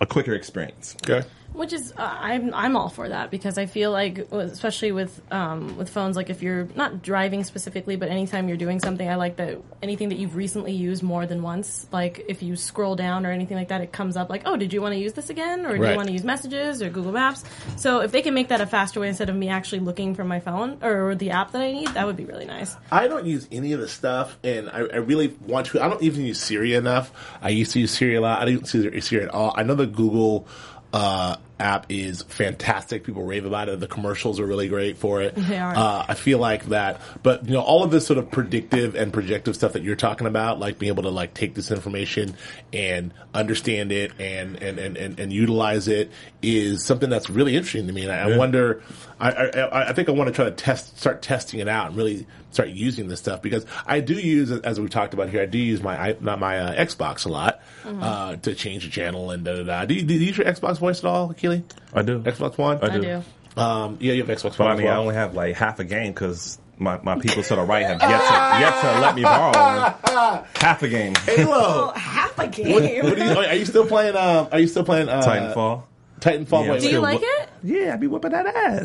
[SPEAKER 5] a quicker experience.
[SPEAKER 3] Okay.
[SPEAKER 6] Which is, uh, I'm I'm all for that because I feel like, uh, especially with um, with phones, like if you're not driving specifically, but anytime you're doing something, I like that anything that you've recently used more than once. Like if you scroll down or anything like that, it comes up like, oh, did you want to use this again, or do
[SPEAKER 3] Right.
[SPEAKER 6] you want to use Messages or Google Maps? So if they can make that a faster way instead of me actually looking for my phone or the app that I need, that would be really nice.
[SPEAKER 3] I don't use any of the stuff, and I, I really want to. I don't even use Siri enough. I used to use Siri a lot. I didn't use Siri at all. I know the Google uh, app is fantastic. People rave about it. The commercials are really great for it.
[SPEAKER 6] They are.
[SPEAKER 3] Uh, I feel like that, but you know, all of this sort of predictive and projective stuff that you're talking about, like being able to like take this information and understand it and and and and, and utilize it, is something that's really interesting to me. And I, I wonder, I, I I- I think I want to try to test, start testing it out, and really start using this stuff because I do use, as we talked about here, I do use my i- not my uh, Xbox a lot uh, to change the channel and da da da. Do you, do you use your Xbox voice at all, Keely?
[SPEAKER 5] I do.
[SPEAKER 3] Xbox One.
[SPEAKER 5] I
[SPEAKER 6] I do.
[SPEAKER 3] Um, yeah, you have Xbox
[SPEAKER 5] But
[SPEAKER 3] One.
[SPEAKER 5] I
[SPEAKER 3] as
[SPEAKER 5] mean, I
[SPEAKER 3] well.
[SPEAKER 5] only have like half a game because my, my people to the right have yet to yet to let me borrow one. half a game.
[SPEAKER 3] Halo.
[SPEAKER 6] half a game.
[SPEAKER 3] Oh. What are you, oh, are you still playing? Um, are you still playing uh,
[SPEAKER 5] Titanfall.
[SPEAKER 3] Titanfall.
[SPEAKER 5] Yeah.
[SPEAKER 3] Wait,
[SPEAKER 6] do
[SPEAKER 3] wait.
[SPEAKER 6] you like it?
[SPEAKER 5] Yeah, I be whipping that ass.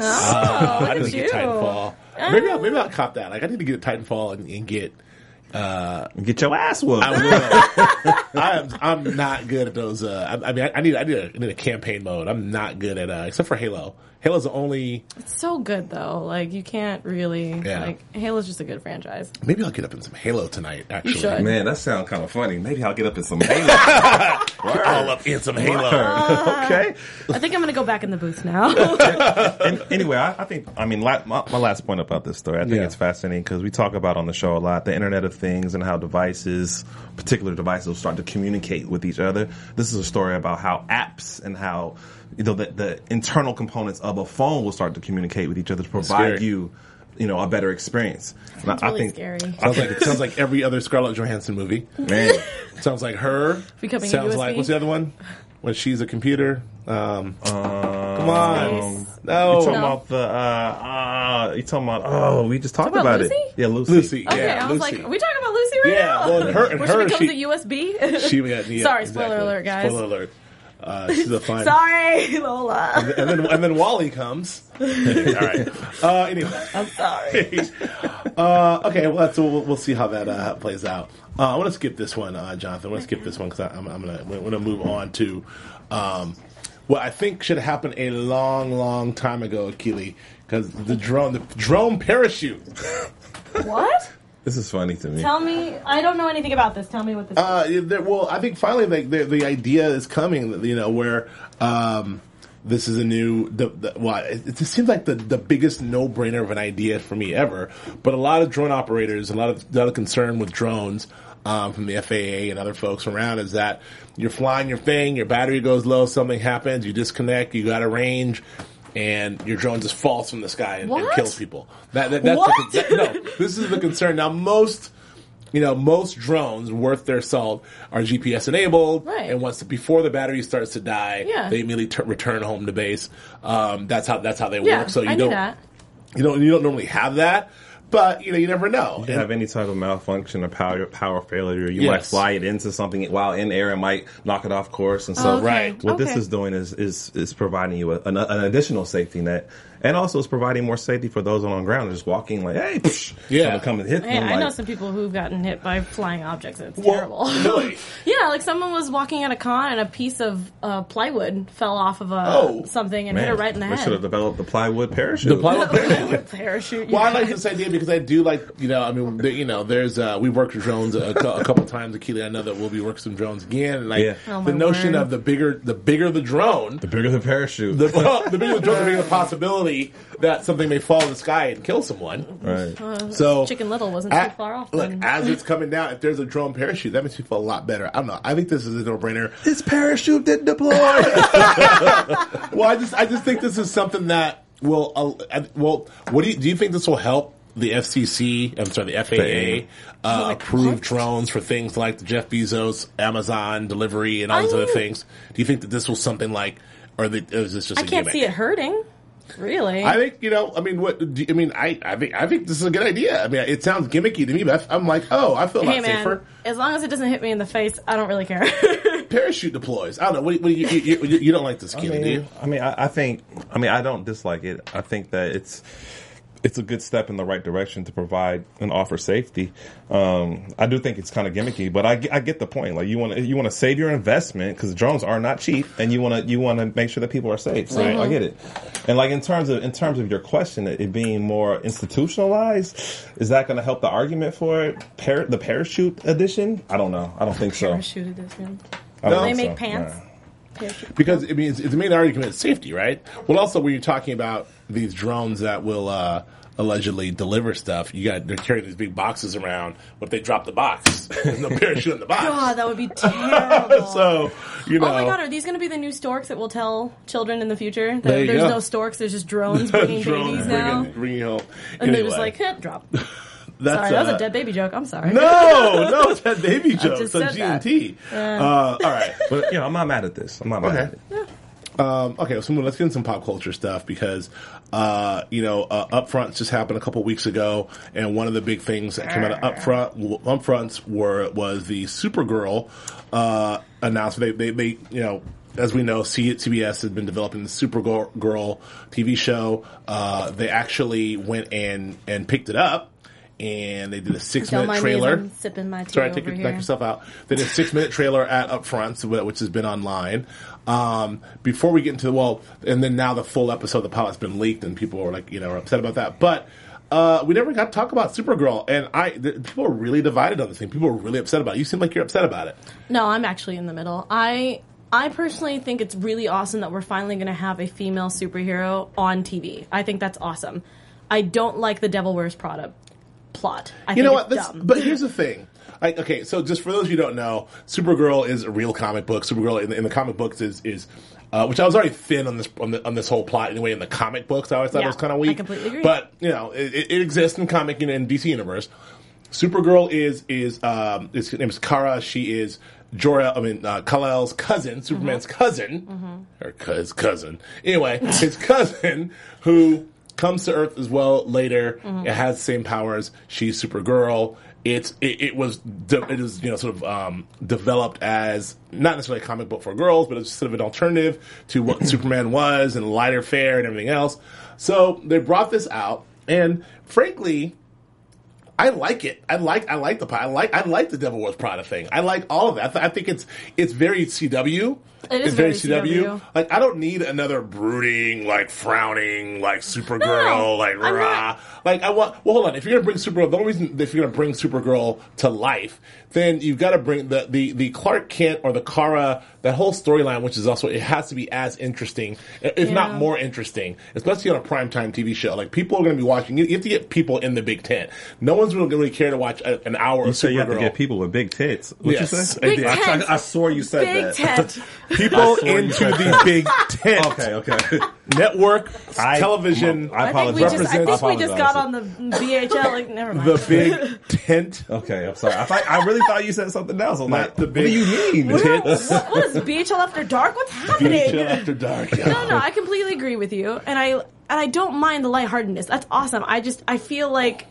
[SPEAKER 6] Oh,
[SPEAKER 3] I
[SPEAKER 6] look
[SPEAKER 3] didn't
[SPEAKER 6] at
[SPEAKER 3] get
[SPEAKER 6] you. Oh.
[SPEAKER 3] Titanfall. Maybe I'll, maybe I'll cop that. Like I need to get Titanfall and, and get.
[SPEAKER 5] Get your ass whooped.
[SPEAKER 3] I will. I am. I'm not good at those. Uh, I, I mean, I, I need. I need a, I need a campaign mode. I'm not good at. Uh, except for Halo. Halo's the only.
[SPEAKER 6] so good though. Like you can't really
[SPEAKER 3] Yeah.
[SPEAKER 6] like Halo's just a good franchise.
[SPEAKER 3] Maybe I'll get up in some Halo tonight. Actually,
[SPEAKER 6] should.
[SPEAKER 5] Man, that sounds kind of funny. Maybe I'll get up in some Halo.
[SPEAKER 3] all up in some Halo.
[SPEAKER 5] okay.
[SPEAKER 6] I think I'm gonna go back in the booth now.
[SPEAKER 5] and anyway, I, I think I mean la- my, my last point about this story. I think
[SPEAKER 3] Yeah.
[SPEAKER 5] it's fascinating because we talk about on the show a lot the Internet of Things and how devices, particular devices, will start to communicate with each other. This is a story about how apps and how you know the, the internal components of a phone will start to communicate with each other to provide
[SPEAKER 3] Scary.
[SPEAKER 5] you, you know, a better experience. And
[SPEAKER 6] That's really scary.
[SPEAKER 5] I
[SPEAKER 3] Sounds like it
[SPEAKER 5] think,
[SPEAKER 3] sounds like every other Scarlett Johansson movie.
[SPEAKER 5] man,
[SPEAKER 3] Sounds like her.
[SPEAKER 6] Becoming a
[SPEAKER 3] sounds
[SPEAKER 6] USB?
[SPEAKER 3] like what's the other one? When she's a computer. Um,
[SPEAKER 5] Oh,
[SPEAKER 3] come on,
[SPEAKER 6] Space.
[SPEAKER 5] you
[SPEAKER 3] no.
[SPEAKER 5] talking
[SPEAKER 6] No.
[SPEAKER 5] about the uh, uh, you talking about oh we just talked
[SPEAKER 6] Talking about
[SPEAKER 5] about, it
[SPEAKER 6] Lucy?
[SPEAKER 5] yeah Lucy
[SPEAKER 3] Lucy.
[SPEAKER 6] okay,
[SPEAKER 3] yeah,
[SPEAKER 6] I was
[SPEAKER 3] Lucy.
[SPEAKER 6] like, are we talking about Lucy right
[SPEAKER 3] Yeah,
[SPEAKER 6] now?
[SPEAKER 3] well, and her- and
[SPEAKER 6] Which
[SPEAKER 3] her,
[SPEAKER 6] becomes
[SPEAKER 3] she-
[SPEAKER 6] a USB.
[SPEAKER 3] She got yeah,
[SPEAKER 6] Sorry, spoiler alert, guys.
[SPEAKER 3] Spoiler alert. Uh, she's a fine.
[SPEAKER 6] Sorry, Lola.
[SPEAKER 3] And then and then Wally comes. All right. Uh, anyway,
[SPEAKER 6] I'm sorry.
[SPEAKER 3] Uh, okay, well, that's, we'll, we'll see how that uh, plays out. Uh, I want to skip this one, uh, Jonathan. I want to skip this one because I'm, I'm gonna want to move on to um, what I think should happen a long, long time ago, Keely, because the drone, the drone parachute.
[SPEAKER 6] What?
[SPEAKER 5] This is funny to me.
[SPEAKER 6] Tell me. I don't know anything about this. Tell me what this.
[SPEAKER 3] Uh, there, well, I think finally, like the, the idea is coming. You know, where um, this is a new. The, the, well, it, it seems like the, the biggest no brainer of an idea for me ever. But a lot of drone operators, a lot of a lot of concern with drones. Um, from the FAA and other folks around is that you're flying your thing, your battery goes low, something happens, you disconnect, you got a range, and your drone just falls from the sky and, and
[SPEAKER 6] What?
[SPEAKER 3] kills people. That, that, that's
[SPEAKER 6] What?
[SPEAKER 3] The, con- that, no, this is the concern. Now, most you know, most drones worth their salt are GPS enabled,
[SPEAKER 6] Right.
[SPEAKER 3] and once before the battery starts to die,
[SPEAKER 6] Yeah.
[SPEAKER 3] they immediately t- return home to base. Um, that's how that's how they
[SPEAKER 6] yeah,
[SPEAKER 3] work. So you
[SPEAKER 6] I
[SPEAKER 3] don't
[SPEAKER 6] knew that.
[SPEAKER 3] you don't you don't normally have that, but you know you never know.
[SPEAKER 5] you have any type of malfunction or power power failure, you might
[SPEAKER 3] Yes.
[SPEAKER 5] fly it into something while in air and might knock it off course. And so,
[SPEAKER 6] Okay,
[SPEAKER 3] Right.
[SPEAKER 5] what this
[SPEAKER 6] okay.
[SPEAKER 5] is doing is is is providing you a, an, an additional safety net, and also it's providing more safety for those on the ground just walking like, hey, psh,
[SPEAKER 3] Yeah.
[SPEAKER 5] someone come and hit
[SPEAKER 6] Hey,
[SPEAKER 5] them.
[SPEAKER 6] I
[SPEAKER 5] like,
[SPEAKER 6] know some people who've gotten hit by flying objects. It's
[SPEAKER 3] Well,
[SPEAKER 6] terrible.
[SPEAKER 3] really?
[SPEAKER 6] yeah, like someone was walking at a con and a piece of uh, plywood fell off of a
[SPEAKER 3] Oh,
[SPEAKER 6] something and
[SPEAKER 5] man,
[SPEAKER 6] hit her right in the
[SPEAKER 5] they should
[SPEAKER 6] head.
[SPEAKER 5] have developed the plywood parachute.
[SPEAKER 3] The pilot-
[SPEAKER 6] Parachute.
[SPEAKER 3] Well, I
[SPEAKER 6] yeah.
[SPEAKER 3] like this idea because I do like you know. I mean, there, you know, there's uh, we worked with drones a, cou- a couple times. Keely, I know that we'll be working some drones again. And like
[SPEAKER 5] Yeah.
[SPEAKER 6] Oh,
[SPEAKER 3] the
[SPEAKER 6] my
[SPEAKER 3] notion
[SPEAKER 6] word.
[SPEAKER 3] of the bigger, the bigger the drone,
[SPEAKER 5] the bigger the parachute,
[SPEAKER 3] the, well, the bigger the drone, the bigger the possibility that something may fall in the sky and kill someone.
[SPEAKER 5] right?
[SPEAKER 6] Uh.
[SPEAKER 3] So
[SPEAKER 6] Chicken Little wasn't
[SPEAKER 3] oh. a-
[SPEAKER 6] too far off.
[SPEAKER 3] Look,
[SPEAKER 6] then.
[SPEAKER 3] as it's coming down, if there's a drone parachute, that makes me feel a lot better. I don't know. I think this is a no-brainer.
[SPEAKER 5] this parachute didn't deploy.
[SPEAKER 3] well, I just I just think this is something that will uh, I- well. What do you do? You think this will help the FCC? I'm sorry, the FAA uh, approve drones for things like the Jeff Bezos Amazon delivery and all these
[SPEAKER 6] I-
[SPEAKER 3] other things. Do you think that this will something like, or, the, or is this just?
[SPEAKER 6] I
[SPEAKER 3] a
[SPEAKER 6] can't
[SPEAKER 3] gimmick?
[SPEAKER 6] see it hurting. Really?
[SPEAKER 3] I think you know. I mean, what? Do you, I mean, I, I think I think this is a good idea. I mean, it sounds gimmicky to me, but I'm like, oh, I feel a lot
[SPEAKER 6] hey man,
[SPEAKER 3] safer.
[SPEAKER 6] as long as it doesn't hit me in the face, I don't really care.
[SPEAKER 3] Parachute deploys. I don't know. What, do you- what do you, you, you, you don't like this,
[SPEAKER 5] I
[SPEAKER 3] kid, do you?
[SPEAKER 5] mean, I mean, I, I think, I mean, I don't dislike it. I think that it's it's a good step in the right direction to provide and offer safety. Um, I do think it's kind of gimmicky, but I, ge- I get the point. Like you want to you want to save your investment because drones are not cheap, and you want to you want to make sure that people are safe. So I get it. And like in terms of in terms of your question, it, it being more institutionalized, is that going to help the argument for it? Par- the parachute edition? I don't know. I don't think so.
[SPEAKER 6] Parachute edition.
[SPEAKER 5] I don't
[SPEAKER 6] Will they make
[SPEAKER 5] think so.
[SPEAKER 6] pants?
[SPEAKER 5] Nah.
[SPEAKER 6] Parachute.
[SPEAKER 3] Because I mean, it's, it's the main argument is safety, right? Well, also when you're talking about these drones that will uh, allegedly deliver stuff, you got they're carrying these big boxes around. What if they drop the box? There's no parachute in the box.
[SPEAKER 6] God, Oh, that would be terrible.
[SPEAKER 3] So you know,
[SPEAKER 6] Oh my god, are these going to be the new storks that will tell children in the future that
[SPEAKER 3] There you
[SPEAKER 6] there's
[SPEAKER 3] go.
[SPEAKER 6] no storks, there's just drones bringing
[SPEAKER 3] drones
[SPEAKER 6] babies now?
[SPEAKER 3] bringing, bringing home.
[SPEAKER 6] And they're just
[SPEAKER 3] Anyway,
[SPEAKER 6] like, heh, drop.
[SPEAKER 3] that's,
[SPEAKER 6] Sorry, that was
[SPEAKER 3] uh,
[SPEAKER 6] a dead baby joke. I'm sorry.
[SPEAKER 3] No, no, it's that baby joke.
[SPEAKER 6] just
[SPEAKER 3] So
[SPEAKER 6] said
[SPEAKER 3] G and
[SPEAKER 6] that.
[SPEAKER 3] T. Uh, all right.
[SPEAKER 5] But you know, I'm not mad at this. I'm not mad at
[SPEAKER 3] Okay.
[SPEAKER 5] it.
[SPEAKER 3] Um, okay, so let's get into some pop culture stuff because, uh, you know, uh, Upfronts just happened a couple weeks ago, and one of the big things that came out of Upfront w- Upfronts were was the Supergirl uh, announcement. They, they, they, you know, as we know, C- CBS has been developing the Supergirl Girl TV show. Uh, they actually went and and picked it up, and they did a six
[SPEAKER 6] Don't
[SPEAKER 3] minute
[SPEAKER 6] mind
[SPEAKER 3] trailer.
[SPEAKER 6] me as I'm sipping my tea
[SPEAKER 3] Sorry,
[SPEAKER 6] over
[SPEAKER 3] take, your,
[SPEAKER 6] here.
[SPEAKER 3] knock yourself out. They did a six minute trailer at Upfronts, wh- which has been online. Um, before we get into the well, and then now the full episode of the pilot's been leaked, and people are like, you know, are upset about that. But uh, we never got to talk about Supergirl, and I th- people are really divided on this thing. People are really upset about it. You seem like you're upset about it.
[SPEAKER 6] No, I'm actually in the middle. I I personally think it's really awesome that we're finally going to have a female superhero on TV. I think that's awesome. I don't like the Devil Wears Prada plot. I
[SPEAKER 3] You
[SPEAKER 6] think
[SPEAKER 3] know what?
[SPEAKER 6] It's
[SPEAKER 3] That's,
[SPEAKER 6] dumb.
[SPEAKER 3] but here's the thing. Like, okay, so just for those who don't know, Supergirl is a real comic book. Supergirl in the, in the comic books is is. Uh, which I was already thin on this on, the, on this whole plot anyway. In the comic books, I always thought
[SPEAKER 6] Yeah,
[SPEAKER 3] it was kind of
[SPEAKER 6] I
[SPEAKER 3] weak.
[SPEAKER 6] completely agree.
[SPEAKER 3] But you know, it, it it exists in comic and in DC universe. Supergirl is is um, is her name is Kara. She is Jorah. I mean, uh, Kal-El's cousin, Superman's
[SPEAKER 6] Mm-hmm.
[SPEAKER 3] cousin, or cou- his cousin. Anyway, his cousin who comes to Earth as well later.
[SPEAKER 6] Mm-hmm.
[SPEAKER 3] It has the same powers. She's Supergirl. It's it, it was de- it was you know sort of um, developed as not necessarily a comic book for girls, but it's sort of an alternative to what Superman was and lighter fare and everything else. So they brought this out, and frankly, I like it. I like I like the pi- I like I like the Devil Wars Prada thing. I like all of that. I, th- I think it's it's very CW.
[SPEAKER 6] It is
[SPEAKER 3] it's very,
[SPEAKER 6] very
[SPEAKER 3] CW.
[SPEAKER 6] CW.
[SPEAKER 3] Like I don't need another brooding, like frowning, like Supergirl,
[SPEAKER 6] No,
[SPEAKER 3] like
[SPEAKER 6] I'm
[SPEAKER 3] rah.
[SPEAKER 6] not.
[SPEAKER 3] Like I want. Well, hold on. If you're gonna bring Supergirl, the only reason if you're gonna bring Supergirl to life, then you've got to bring the, the the Clark Kent or the Kara that whole storyline, which is also it has to be as interesting, if not
[SPEAKER 6] Yeah.
[SPEAKER 3] more interesting, especially on a primetime TV show. Like people are gonna be watching. You, you have to get people in the big tent. No one's really gonna really care to watch a, an hour of
[SPEAKER 5] So you have to
[SPEAKER 3] Supergirl.
[SPEAKER 5] get people with big tits. What
[SPEAKER 3] Yes.
[SPEAKER 5] you say?
[SPEAKER 3] Big
[SPEAKER 5] I did. I,
[SPEAKER 6] tent.
[SPEAKER 5] I, I swore you said
[SPEAKER 6] Big
[SPEAKER 5] that.
[SPEAKER 6] tent.
[SPEAKER 3] people
[SPEAKER 5] I saw you
[SPEAKER 3] into
[SPEAKER 5] said
[SPEAKER 3] the
[SPEAKER 5] that.
[SPEAKER 3] big tent.
[SPEAKER 5] Okay, okay.
[SPEAKER 3] Network,
[SPEAKER 5] I-
[SPEAKER 3] television.
[SPEAKER 5] I
[SPEAKER 6] I think we
[SPEAKER 5] apologize.
[SPEAKER 6] just I think we just
[SPEAKER 5] Apologize.
[SPEAKER 6] got on the VHL. Like never mind.
[SPEAKER 3] the big tent.
[SPEAKER 5] Okay, I'm sorry. I, thought, I really thought you said something else. I'm
[SPEAKER 3] Not
[SPEAKER 5] like,
[SPEAKER 3] the
[SPEAKER 5] what do
[SPEAKER 3] big
[SPEAKER 5] you mean?
[SPEAKER 6] what, what- what is BHL after dark? What's happening?
[SPEAKER 3] Chill after dark.
[SPEAKER 6] no, no, I completely agree with you, and I and I don't mind the lightheartedness. That's awesome. I just I feel like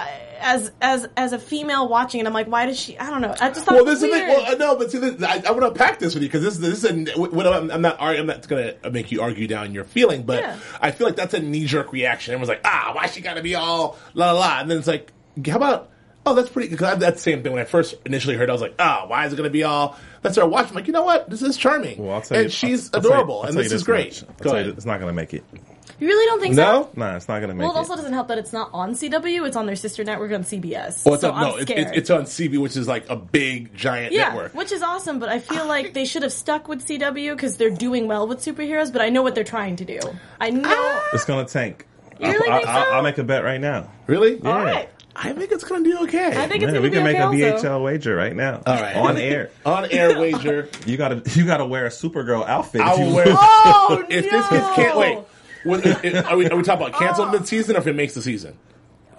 [SPEAKER 6] I- as as as a female watching it, I'm like, why does she? I don't know. I just thought
[SPEAKER 3] Well,
[SPEAKER 6] it was
[SPEAKER 3] this is the
[SPEAKER 6] weird.
[SPEAKER 3] thing. Well, uh, no, but see, this, I, I want to unpack this with you because this, this is a. When I'm, I'm not. argu- I'm not going to make you argue down your feeling, but
[SPEAKER 6] Yeah.
[SPEAKER 3] I feel like that's a knee jerk reaction. Everyone's like, ah, why she got to be all la la la, and then it's like, how about? Oh, that's pretty. Because that's the same thing. When I first initially heard, it, I was like, ah, why is it going to be all? That's our watch. I'm like, you know what? This is charming,
[SPEAKER 5] Well, I'll tell you,
[SPEAKER 3] and she's
[SPEAKER 5] I'll- I'll tell you-
[SPEAKER 3] adorable,
[SPEAKER 5] I'll
[SPEAKER 3] and
[SPEAKER 5] tell
[SPEAKER 3] this,
[SPEAKER 5] you
[SPEAKER 3] is great.
[SPEAKER 5] much. I'll
[SPEAKER 3] Go
[SPEAKER 5] tell you
[SPEAKER 3] ahead.
[SPEAKER 5] that It's not going to make it.
[SPEAKER 6] you really don't think so?
[SPEAKER 3] uh, No.
[SPEAKER 5] Nah, it's not going to make
[SPEAKER 6] Well, it
[SPEAKER 5] it.
[SPEAKER 6] also doesn't help that it's not on CW. It's on their sister network on CBS.
[SPEAKER 3] Well, it's
[SPEAKER 6] so
[SPEAKER 3] on,
[SPEAKER 6] I'm
[SPEAKER 3] no, it's,
[SPEAKER 6] scared.
[SPEAKER 3] it's it's on CB, which is like a big giant
[SPEAKER 6] yeah,
[SPEAKER 3] network.
[SPEAKER 6] which is awesome, but I feel like they should have stuck with CW because they're doing well with superheroes. But I know what they're trying to do. I know.
[SPEAKER 3] Ah!
[SPEAKER 5] It's going to tank.
[SPEAKER 6] You really
[SPEAKER 5] I,
[SPEAKER 6] think
[SPEAKER 5] I,
[SPEAKER 6] so?
[SPEAKER 5] I'll make a bet right now.
[SPEAKER 3] Really?
[SPEAKER 6] All right.
[SPEAKER 3] I think it's going to do okay.
[SPEAKER 6] I think it's
[SPEAKER 5] Yeah,
[SPEAKER 6] gonna
[SPEAKER 5] we
[SPEAKER 6] be
[SPEAKER 5] can make
[SPEAKER 6] okay
[SPEAKER 5] a
[SPEAKER 6] also.
[SPEAKER 5] BHL wager right now.
[SPEAKER 3] All right.
[SPEAKER 5] on air.
[SPEAKER 3] on air wager.
[SPEAKER 5] You gotta you gotta wear a Supergirl outfit.
[SPEAKER 3] I
[SPEAKER 5] if you
[SPEAKER 3] will wear.
[SPEAKER 6] Oh
[SPEAKER 3] if
[SPEAKER 6] no! Oh.
[SPEAKER 3] this kid can't wait, what- if- if- are, we, are we talking about canceling mid season or if it makes the season?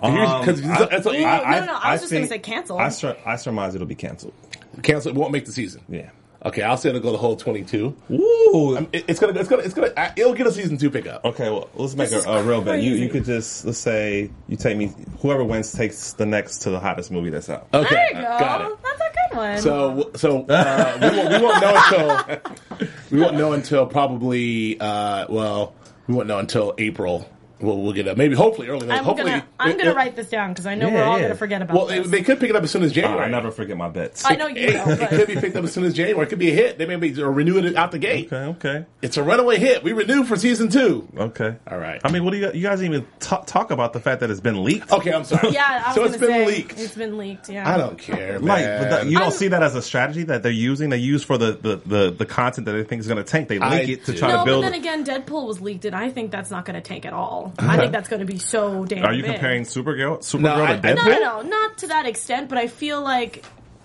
[SPEAKER 3] Because
[SPEAKER 5] Um, I-
[SPEAKER 3] that's what-
[SPEAKER 6] No,
[SPEAKER 3] I-
[SPEAKER 6] no, no, I was just gonna
[SPEAKER 5] think-
[SPEAKER 6] say cancel.
[SPEAKER 5] I, sur- I surmise it'll be canceled.
[SPEAKER 3] cancel it won't make the season.
[SPEAKER 5] Yeah.
[SPEAKER 3] Okay, I'll say it'll go the whole twenty two.
[SPEAKER 5] Ooh.
[SPEAKER 3] It, it's gonna, it's gonna, it's gonna. I, it'll get a season two pickup.
[SPEAKER 5] okay. Well, let's make a,
[SPEAKER 6] This is
[SPEAKER 5] a real bet. You
[SPEAKER 6] crazy.
[SPEAKER 5] you could just let's say you take me. Whoever wins takes the next to the hottest movie that's out.
[SPEAKER 3] Okay, uh,
[SPEAKER 6] There you go.
[SPEAKER 3] got it.
[SPEAKER 6] That's a good one.
[SPEAKER 3] So, so uh, we, won't, we won't know until we won't know until probably uh, well, we won't know until April. We'll, we'll get a maybe, hopefully early.
[SPEAKER 6] I'm
[SPEAKER 3] hopefully,
[SPEAKER 6] gonna I'm gonna
[SPEAKER 3] it-
[SPEAKER 6] write this down because I know
[SPEAKER 5] Yeah,
[SPEAKER 6] we're all
[SPEAKER 5] yeah.
[SPEAKER 6] gonna forget about
[SPEAKER 3] Well, they,
[SPEAKER 6] this.
[SPEAKER 3] they could pick it up as soon as
[SPEAKER 5] I,
[SPEAKER 3] January.
[SPEAKER 5] I never forget my bets.
[SPEAKER 6] I know you
[SPEAKER 3] It,
[SPEAKER 6] will,
[SPEAKER 3] it could
[SPEAKER 6] but
[SPEAKER 3] be picked up as soon as January. It could be a hit. They may be or renew it out the gate.
[SPEAKER 5] Okay. Okay.
[SPEAKER 3] It's a runaway hit. We renewed for season two.
[SPEAKER 5] Okay.
[SPEAKER 3] All right.
[SPEAKER 5] I mean, what do you you guys even talk, talk about the fact that it's been leaked?
[SPEAKER 3] Okay, I'm sorry.
[SPEAKER 6] yeah, I was
[SPEAKER 3] so it's
[SPEAKER 6] gonna
[SPEAKER 3] been
[SPEAKER 6] say,
[SPEAKER 3] leaked.
[SPEAKER 6] It's been leaked. Yeah,
[SPEAKER 3] I don't care, man.
[SPEAKER 5] Like, but that, you don't
[SPEAKER 6] I'm-
[SPEAKER 5] see that as a strategy that they're using. They use for the, the, the, the content that they think is going to tank. They link
[SPEAKER 3] I
[SPEAKER 5] it to
[SPEAKER 3] do.
[SPEAKER 5] try
[SPEAKER 6] No,
[SPEAKER 5] to
[SPEAKER 6] but
[SPEAKER 5] build.
[SPEAKER 6] then again, Deadpool was leaked, and I think that's not gonna tank at all. I think that's gonna be so damn.
[SPEAKER 5] Are you
[SPEAKER 6] big.
[SPEAKER 5] comparing Supergirl, Supergirl
[SPEAKER 3] I-
[SPEAKER 5] to
[SPEAKER 3] I-
[SPEAKER 5] Deadpool?
[SPEAKER 6] No, no, no, not to that extent. But I feel like,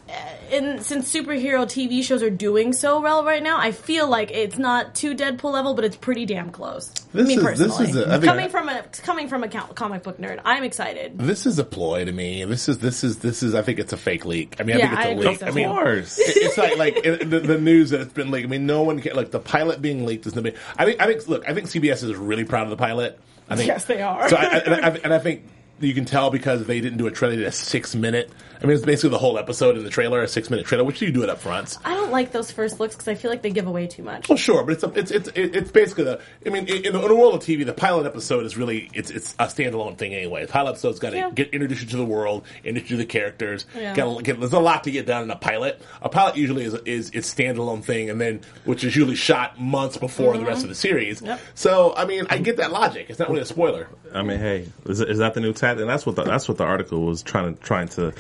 [SPEAKER 6] uh, in since superhero TV shows are doing so well right now, I feel like it's not to Deadpool level, but it's pretty damn close.
[SPEAKER 3] This
[SPEAKER 6] Me
[SPEAKER 3] is- this
[SPEAKER 6] personally,
[SPEAKER 3] is a- I think-
[SPEAKER 6] coming from a coming from a co- comic book nerd, I'm excited.
[SPEAKER 3] this is a ploy to me. This is this is this is. I think it's a fake leak. I mean,
[SPEAKER 6] Yeah,
[SPEAKER 3] I think it's
[SPEAKER 6] I
[SPEAKER 3] a
[SPEAKER 6] agree
[SPEAKER 3] leak.
[SPEAKER 6] so.
[SPEAKER 3] I
[SPEAKER 5] Of
[SPEAKER 3] mean,
[SPEAKER 5] course.
[SPEAKER 3] it- it's like like it, the, the news that it's been leaked. I mean, no one can like the pilot being leaked is nothing. I think I think look, I think CBS is really proud of the pilot. I think
[SPEAKER 6] Yes, they are.
[SPEAKER 3] So I, I, and, I, and I think you can tell because they didn't do a trailer. They did a six minute. I mean, it's basically the whole episode in the trailer, a six minute trailer, which you do it up front.
[SPEAKER 6] I don't like those first looks because I feel like they give away too much.
[SPEAKER 3] Well, sure, but it's a, it's it's it's basically the. I mean, in, in the world of TV, the pilot episode is really it's it's a standalone thing anyway. The pilot episode's got to
[SPEAKER 6] Yeah.
[SPEAKER 3] get introduce you to the world, introduce you to the characters.
[SPEAKER 6] Yeah.
[SPEAKER 3] Got to get there's a lot to get done in a pilot. A pilot usually is is its standalone thing, and then which is usually shot months before the rest of the series.
[SPEAKER 6] Mm-hmm. Yep.
[SPEAKER 3] So I mean, I get that logic. It's not really a spoiler.
[SPEAKER 5] I mean, hey, is, is that the new tactic? And that's what the, that's what the article was trying to trying to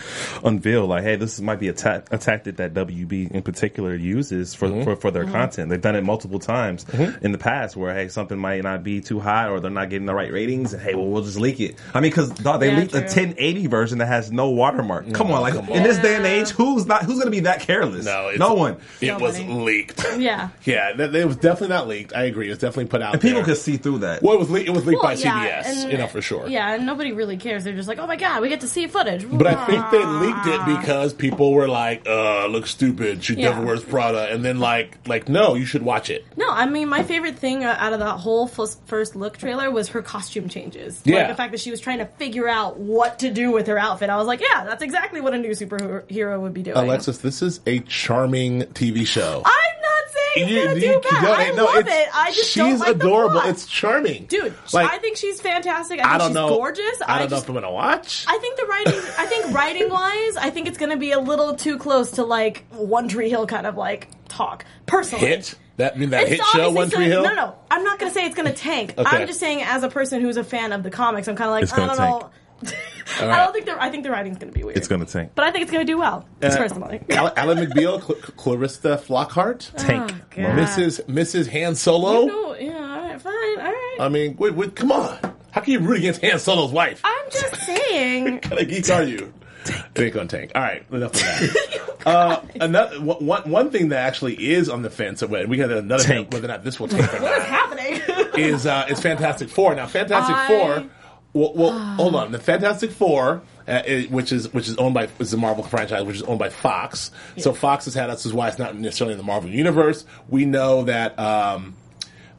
[SPEAKER 5] unveil. Like, hey, this might be a, ta- a tactic that WB in particular uses for
[SPEAKER 3] Mm-hmm.
[SPEAKER 5] for, for
[SPEAKER 6] Mm-hmm.
[SPEAKER 5] their content. They've done it multiple times in the past, where hey, something might not be too high, or they're not getting the right ratings, and hey, well, we'll just leak it. I mean, because they
[SPEAKER 6] Yeah,
[SPEAKER 5] leaked the
[SPEAKER 6] true.
[SPEAKER 5] 1080 version that has no watermark. come on, like
[SPEAKER 3] Mm-hmm. come
[SPEAKER 5] in this day and
[SPEAKER 6] Yeah.
[SPEAKER 5] age, who's not who's going to be that careless?
[SPEAKER 3] No, it's,
[SPEAKER 5] no one.
[SPEAKER 3] It was
[SPEAKER 6] Nobody.
[SPEAKER 3] leaked.
[SPEAKER 6] Yeah.
[SPEAKER 3] yeah, that, it was definitely not leaked. I agree. It was definitely put out.
[SPEAKER 5] And people
[SPEAKER 3] there.
[SPEAKER 5] could see through that.
[SPEAKER 3] Well, it was, le- it was leaked by
[SPEAKER 6] Well, yeah,
[SPEAKER 3] CBS,
[SPEAKER 6] and-
[SPEAKER 3] you know for sure.
[SPEAKER 6] Yeah, and nobody really cares. They're just like, oh my god, we get to see footage.
[SPEAKER 3] But I think they
[SPEAKER 6] Ah.
[SPEAKER 3] leaked it because people were like, "Uh, looks stupid. She
[SPEAKER 6] Yeah.
[SPEAKER 3] never wears Prada." And then like, like, no, you should watch it.
[SPEAKER 6] No, I mean my favorite thing uh, out of that whole f- first look trailer was her costume changes.
[SPEAKER 3] Yeah.
[SPEAKER 6] like the fact that she was trying to figure out what to do with her outfit. I was like, yeah, that's exactly what a new superhero would be doing.
[SPEAKER 3] Alexis, this is a charming TV show.
[SPEAKER 6] I'm not saying anything you, do bad. I
[SPEAKER 3] no,
[SPEAKER 6] love
[SPEAKER 3] it's-
[SPEAKER 6] it. I just
[SPEAKER 3] she's
[SPEAKER 6] don't like
[SPEAKER 3] adorable.
[SPEAKER 6] The plot.
[SPEAKER 3] It's charming,
[SPEAKER 6] dude.
[SPEAKER 3] Like
[SPEAKER 6] I think she's fantastic. I, think
[SPEAKER 3] I don't
[SPEAKER 6] she's
[SPEAKER 3] know.
[SPEAKER 6] Gorgeous.
[SPEAKER 3] I don't know
[SPEAKER 6] just-
[SPEAKER 3] if I'm gonna watch.
[SPEAKER 6] I think the writing. I think writing wise, I think it's going to be a little too close to like One Tree Hill kind of like talk. Personally,
[SPEAKER 3] hit that I mean that
[SPEAKER 6] It's
[SPEAKER 3] hit show
[SPEAKER 6] obviously
[SPEAKER 3] One Tree
[SPEAKER 6] gonna-
[SPEAKER 3] Hill.
[SPEAKER 6] No, no, I'm not going to say it's going to tank.
[SPEAKER 3] Okay.
[SPEAKER 6] I'm just saying, as a person who's a fan of the comics, I'm kind of like,
[SPEAKER 5] It's
[SPEAKER 6] I
[SPEAKER 5] gonna
[SPEAKER 6] don't know. I don't think the I think the writing's going to be weird.
[SPEAKER 5] It's going to tank.
[SPEAKER 6] but I think it's going to do well. personally,
[SPEAKER 3] Al- Uh, Alan McBeal, Cl- Clarissa Flockhart,
[SPEAKER 5] Tank.
[SPEAKER 6] God.
[SPEAKER 5] moment.
[SPEAKER 3] Mrs. Mrs. Han Solo.
[SPEAKER 6] No, yeah, all right, fine, all right.
[SPEAKER 3] I mean, wait, wait, come on. How can you root against Han Solo's wife? What
[SPEAKER 6] I'm just saying.
[SPEAKER 3] kind of geek are you? It ain't gonna tank. All right, enough of that. uh, another one, one- one thing that actually is on the fence. Of, we got another
[SPEAKER 5] Tank.
[SPEAKER 3] whether or not this will tank or
[SPEAKER 6] What's
[SPEAKER 3] not.
[SPEAKER 6] happening?
[SPEAKER 3] is uh, is Fantastic Four. Now, Fantastic
[SPEAKER 6] I-
[SPEAKER 3] Four. Well, well hold on. The Fantastic Four, uh, it, which is which is owned by is the Marvel franchise, which is owned by Fox. So Fox has had us, is why it's not necessarily in the Marvel universe. We know that. Um,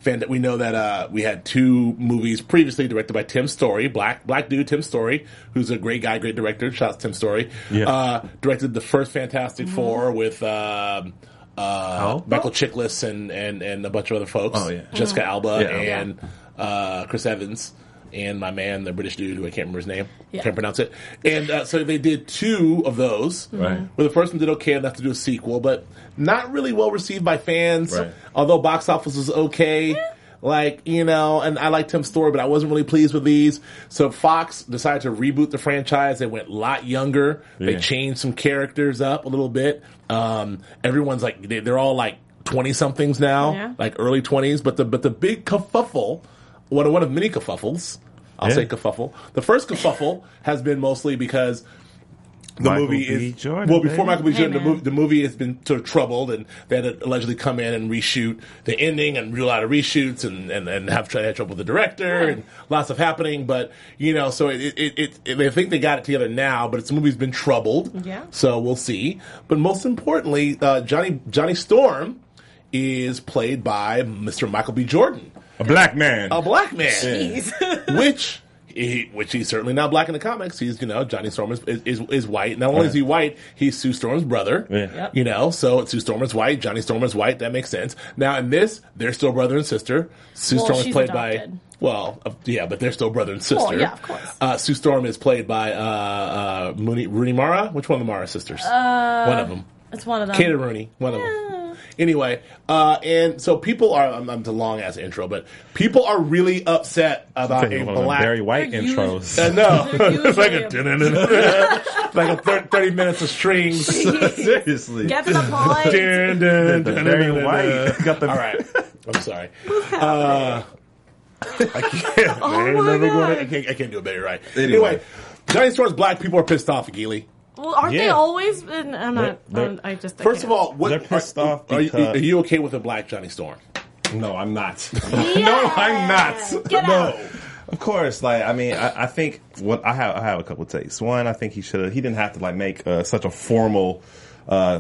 [SPEAKER 3] Fan- we know that uh, we had two movies previously directed by Tim Story, black black dude Tim Story, who's a great guy, great director. Shouts Tim Story.
[SPEAKER 5] Yeah.
[SPEAKER 3] Uh, directed the first Fantastic Four with um, uh,
[SPEAKER 5] Al?
[SPEAKER 3] Michael Chiklis and, and and a bunch of other folks.
[SPEAKER 5] Oh, yeah.
[SPEAKER 3] Jessica
[SPEAKER 6] Mm.
[SPEAKER 3] Alba
[SPEAKER 5] Yeah.
[SPEAKER 3] and uh, Chris Evans and my man, the British dude who I can't remember his name,
[SPEAKER 6] Yeah.
[SPEAKER 3] can't pronounce it. And uh, so they did two of those.
[SPEAKER 6] Mm-hmm.
[SPEAKER 5] Right.
[SPEAKER 3] Well, the first one did okay enough to do a sequel, but not really well received by fans.
[SPEAKER 5] Right.
[SPEAKER 3] Although box office was okay. Like, you know, and I liked Tim's story, but I wasn't really pleased with these. So Fox decided to reboot the franchise. They went a lot younger. They
[SPEAKER 5] Yeah.
[SPEAKER 3] changed some characters up a little bit. Um, everyone's like, they, they're all like 20 somethings now
[SPEAKER 6] Yeah.
[SPEAKER 3] like early twenties. But the but the big kerfuffle, one one of many kerfuffles, I'll
[SPEAKER 5] Yeah.
[SPEAKER 3] say kerfuffle. The first kerfuffle has been mostly because. The
[SPEAKER 5] Michael
[SPEAKER 3] movie
[SPEAKER 5] B.
[SPEAKER 3] is
[SPEAKER 5] Jordan,
[SPEAKER 3] well before
[SPEAKER 5] baby.
[SPEAKER 3] Michael B.
[SPEAKER 6] Hey,
[SPEAKER 3] Jordan. the,
[SPEAKER 6] man.
[SPEAKER 3] movie, the movie has been sort of troubled, and they had to allegedly come in and reshoot the ending and do a lot of reshoots, and and, and have tried to have trouble with the director, and lots of happening. But you know, so it, it, it, it they think they got it together now, but it's the movie's been troubled.
[SPEAKER 6] Yeah.
[SPEAKER 3] So we'll see. But most importantly, uh, Johnny Johnny Storm is played by Mr. Michael B. Jordan,
[SPEAKER 5] A black man.
[SPEAKER 3] a black man,
[SPEAKER 6] Jeez.
[SPEAKER 3] which. He, which he's certainly not black in the comics. He's you know Johnny Storm is is, is, is white. Not only is he white, he's Sue Storm's brother.
[SPEAKER 5] Yeah. Yep.
[SPEAKER 3] You know, so Sue Storm is white. Johnny Storm is white. That makes sense. Now in this, they're still brother and sister. Sue
[SPEAKER 6] Well,
[SPEAKER 3] Storm is
[SPEAKER 6] she's
[SPEAKER 3] played by
[SPEAKER 6] adopted.
[SPEAKER 3] well, uh, yeah, but they're still brother and sister.
[SPEAKER 6] Well, yeah, of course.
[SPEAKER 3] Uh, Sue Storm is played by uh, uh, Mooney, Rooney Mara. Which one of the Mara sisters? Uh, one of them.
[SPEAKER 6] It's one of them.
[SPEAKER 3] Kid and Rooney, one of them. Anyway, uh, and so people are. I'm, I'm the long ass intro, but people are really upset about a
[SPEAKER 5] Taking one of the
[SPEAKER 3] black.
[SPEAKER 5] Barry White
[SPEAKER 6] They're used-
[SPEAKER 5] intros.
[SPEAKER 3] I know. it's like a
[SPEAKER 6] usually
[SPEAKER 3] it's like a thir- thirty minutes of strings.
[SPEAKER 5] Seriously.
[SPEAKER 6] Get to the point.
[SPEAKER 3] Dun, dun,
[SPEAKER 5] The
[SPEAKER 3] dun,
[SPEAKER 5] Barry
[SPEAKER 3] dun, dun,
[SPEAKER 5] White.
[SPEAKER 3] dun.
[SPEAKER 5] Got the-
[SPEAKER 3] All right, I'm sorry. Uh, I can't.
[SPEAKER 6] Oh
[SPEAKER 3] man.
[SPEAKER 6] my
[SPEAKER 3] Never gonna-
[SPEAKER 6] God.
[SPEAKER 3] I can't. I can't do a Barry Right.
[SPEAKER 5] Anyway.
[SPEAKER 3] Anyway, Johnny Storm's black people are pissed off at Geely.
[SPEAKER 6] Well, aren't they
[SPEAKER 5] Yeah.
[SPEAKER 6] always? And I'm not.
[SPEAKER 5] They're-
[SPEAKER 6] um, I just. I
[SPEAKER 3] First
[SPEAKER 6] can't.
[SPEAKER 3] of all, what
[SPEAKER 5] They're pissed
[SPEAKER 3] are,
[SPEAKER 5] off
[SPEAKER 3] Are you,
[SPEAKER 5] because-
[SPEAKER 3] are you okay with a black Johnny Storm?
[SPEAKER 5] No, I'm not.
[SPEAKER 6] Yeah.
[SPEAKER 5] no, I'm not.
[SPEAKER 6] Get
[SPEAKER 5] no.
[SPEAKER 6] out.
[SPEAKER 5] Of course, like I mean, I, I think what I have, I have a couple of takes. One, I think he should have. He didn't have to like make uh, such a formal uh,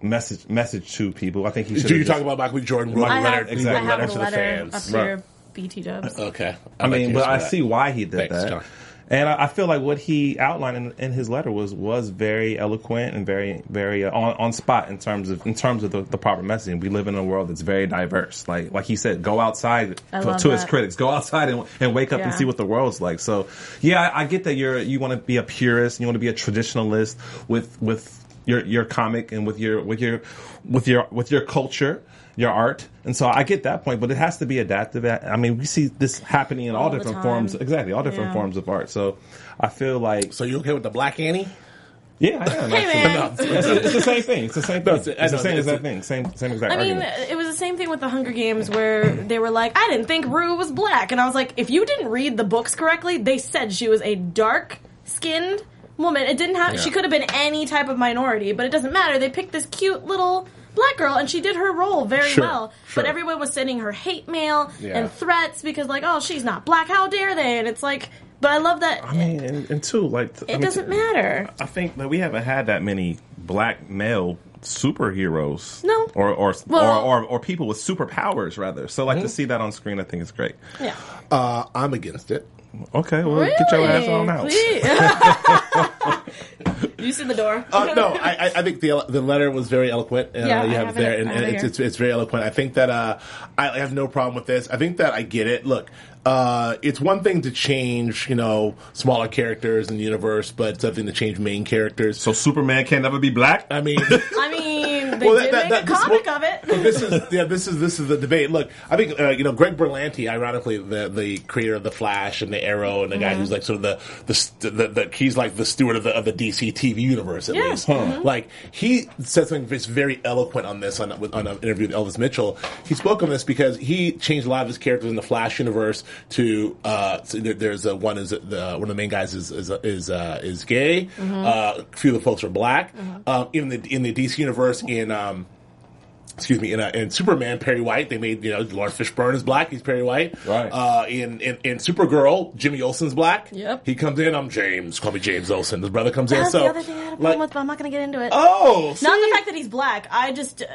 [SPEAKER 5] message message to people. I think he should.
[SPEAKER 3] Do you talk about Michael B. Jordan
[SPEAKER 6] I
[SPEAKER 3] writing
[SPEAKER 6] have,
[SPEAKER 3] letter,
[SPEAKER 5] exactly.
[SPEAKER 3] writing
[SPEAKER 6] I have
[SPEAKER 3] letters
[SPEAKER 6] a
[SPEAKER 3] to the
[SPEAKER 6] letter up
[SPEAKER 3] fans?
[SPEAKER 5] Right.
[SPEAKER 6] here, BT Dubs.
[SPEAKER 3] Okay.
[SPEAKER 5] I mean, but I see
[SPEAKER 3] why.
[SPEAKER 5] why he did
[SPEAKER 3] Thanks,
[SPEAKER 5] that.
[SPEAKER 3] John.
[SPEAKER 5] And I, I feel like what he outlined in, in his letter was was very eloquent and very very uh, on, on spot in terms of in terms of the, the proper messaging. We live in a world that's very diverse. Like like he said, go outside
[SPEAKER 6] I
[SPEAKER 5] to,
[SPEAKER 6] love
[SPEAKER 5] to his
[SPEAKER 6] that.
[SPEAKER 5] critics. Go outside and, and wake up
[SPEAKER 6] Yeah.
[SPEAKER 5] and see what the world's like. So yeah, I, I get that you're you want to be a purist, you want to be a traditionalist with with your your comic and with your with your with your with your culture. Your art, and so I get that point, but it has to be adaptive. I mean, we see this happening in all,
[SPEAKER 6] All the
[SPEAKER 5] different
[SPEAKER 6] time.
[SPEAKER 5] forms, exactly, all different
[SPEAKER 6] Yeah.
[SPEAKER 5] forms of art. So I feel like,
[SPEAKER 3] So you okay with the black Annie?
[SPEAKER 5] yeah, I am.
[SPEAKER 6] Hey
[SPEAKER 5] actually.
[SPEAKER 6] man,
[SPEAKER 5] It's, it's the same thing. It's the same
[SPEAKER 3] No,
[SPEAKER 5] thing. It's,
[SPEAKER 3] it's- I
[SPEAKER 5] the
[SPEAKER 3] know,
[SPEAKER 5] same
[SPEAKER 3] it's-
[SPEAKER 5] exact thing. Same same exact
[SPEAKER 6] I mean, uh,
[SPEAKER 5] argument.
[SPEAKER 6] it was the same thing with the Hunger Games where they were like, I didn't think Rue was black. And I was like, if you didn't read the books correctly, they said she was a dark skinned woman. It didn't have, she could have been any type of minority, but it doesn't matter. They picked this cute little black girl and she did her role very
[SPEAKER 3] Sure,
[SPEAKER 6] well.
[SPEAKER 3] sure.
[SPEAKER 6] But everyone was sending her hate mail
[SPEAKER 3] Yeah.
[SPEAKER 6] and threats because, like, oh, she's not black. How dare they? And it's like, but I love that.
[SPEAKER 5] I mean, and, and two, like, I
[SPEAKER 6] it
[SPEAKER 5] mean,
[SPEAKER 6] doesn't matter.
[SPEAKER 5] I think that we haven't had that many black male superheroes.
[SPEAKER 6] No.
[SPEAKER 5] or or
[SPEAKER 6] Well-
[SPEAKER 5] or, or, or people with superpowers rather. So
[SPEAKER 3] Mm-hmm.
[SPEAKER 5] like to see that on screen, I think is great.
[SPEAKER 6] Yeah.
[SPEAKER 3] Uh, I'm against it.
[SPEAKER 5] Okay, well, get your ass on out.
[SPEAKER 6] Please. You see the door.
[SPEAKER 3] Uh, no, I, I- I think the the letter was very eloquent. Uh,
[SPEAKER 6] Yeah,
[SPEAKER 3] you
[SPEAKER 6] I
[SPEAKER 3] have,
[SPEAKER 6] have
[SPEAKER 3] it there,
[SPEAKER 6] it-
[SPEAKER 3] and,
[SPEAKER 6] I
[SPEAKER 3] and
[SPEAKER 6] have it
[SPEAKER 3] it's,
[SPEAKER 6] here.
[SPEAKER 3] it's it's very eloquent. I think that uh, I I have no problem with this. I think that I get it. Look, uh, it's one thing to change, you know, smaller characters in the universe, but something to change main characters.
[SPEAKER 5] So Superman can never be black.
[SPEAKER 3] I mean.
[SPEAKER 6] I mean, they
[SPEAKER 3] Well,
[SPEAKER 6] did
[SPEAKER 3] that-
[SPEAKER 6] make
[SPEAKER 3] that-
[SPEAKER 6] a
[SPEAKER 3] this-
[SPEAKER 6] comic
[SPEAKER 3] well-
[SPEAKER 6] of it.
[SPEAKER 3] Well, this is yeah. This is this is the debate. Look, I think uh, you know Greg Berlanti, ironically the the creator of the Flash and the Arrow and the guy who's like sort of the the, st- the the he's like the steward of the of the DC TV universe at
[SPEAKER 6] Yeah.
[SPEAKER 3] least. Like he said something that's very eloquent on this on with- on an interview with Elvis Mitchell. He spoke on this because he changed a lot of his characters in the Flash universe to uh, so there, there's a, one is the one of the main guys is is is uh, is gay. Uh, a few of the folks are black. Um, in the in the DC universe in um, excuse me, in, uh, in Superman, Perry White, they made, you know, Lawrence Fishburne is black, he's Perry White.
[SPEAKER 5] Right.
[SPEAKER 3] Uh, in, in, in Supergirl, Jimmy Olsen's black.
[SPEAKER 6] Yep.
[SPEAKER 3] He comes in, I'm James, call me James Olsen. His brother comes in,
[SPEAKER 6] That's
[SPEAKER 3] so.
[SPEAKER 6] the other thing I had a problem
[SPEAKER 3] like-
[SPEAKER 6] with, but I'm not going to get into it.
[SPEAKER 3] Oh!
[SPEAKER 6] Not the fact that he's black. I just uh,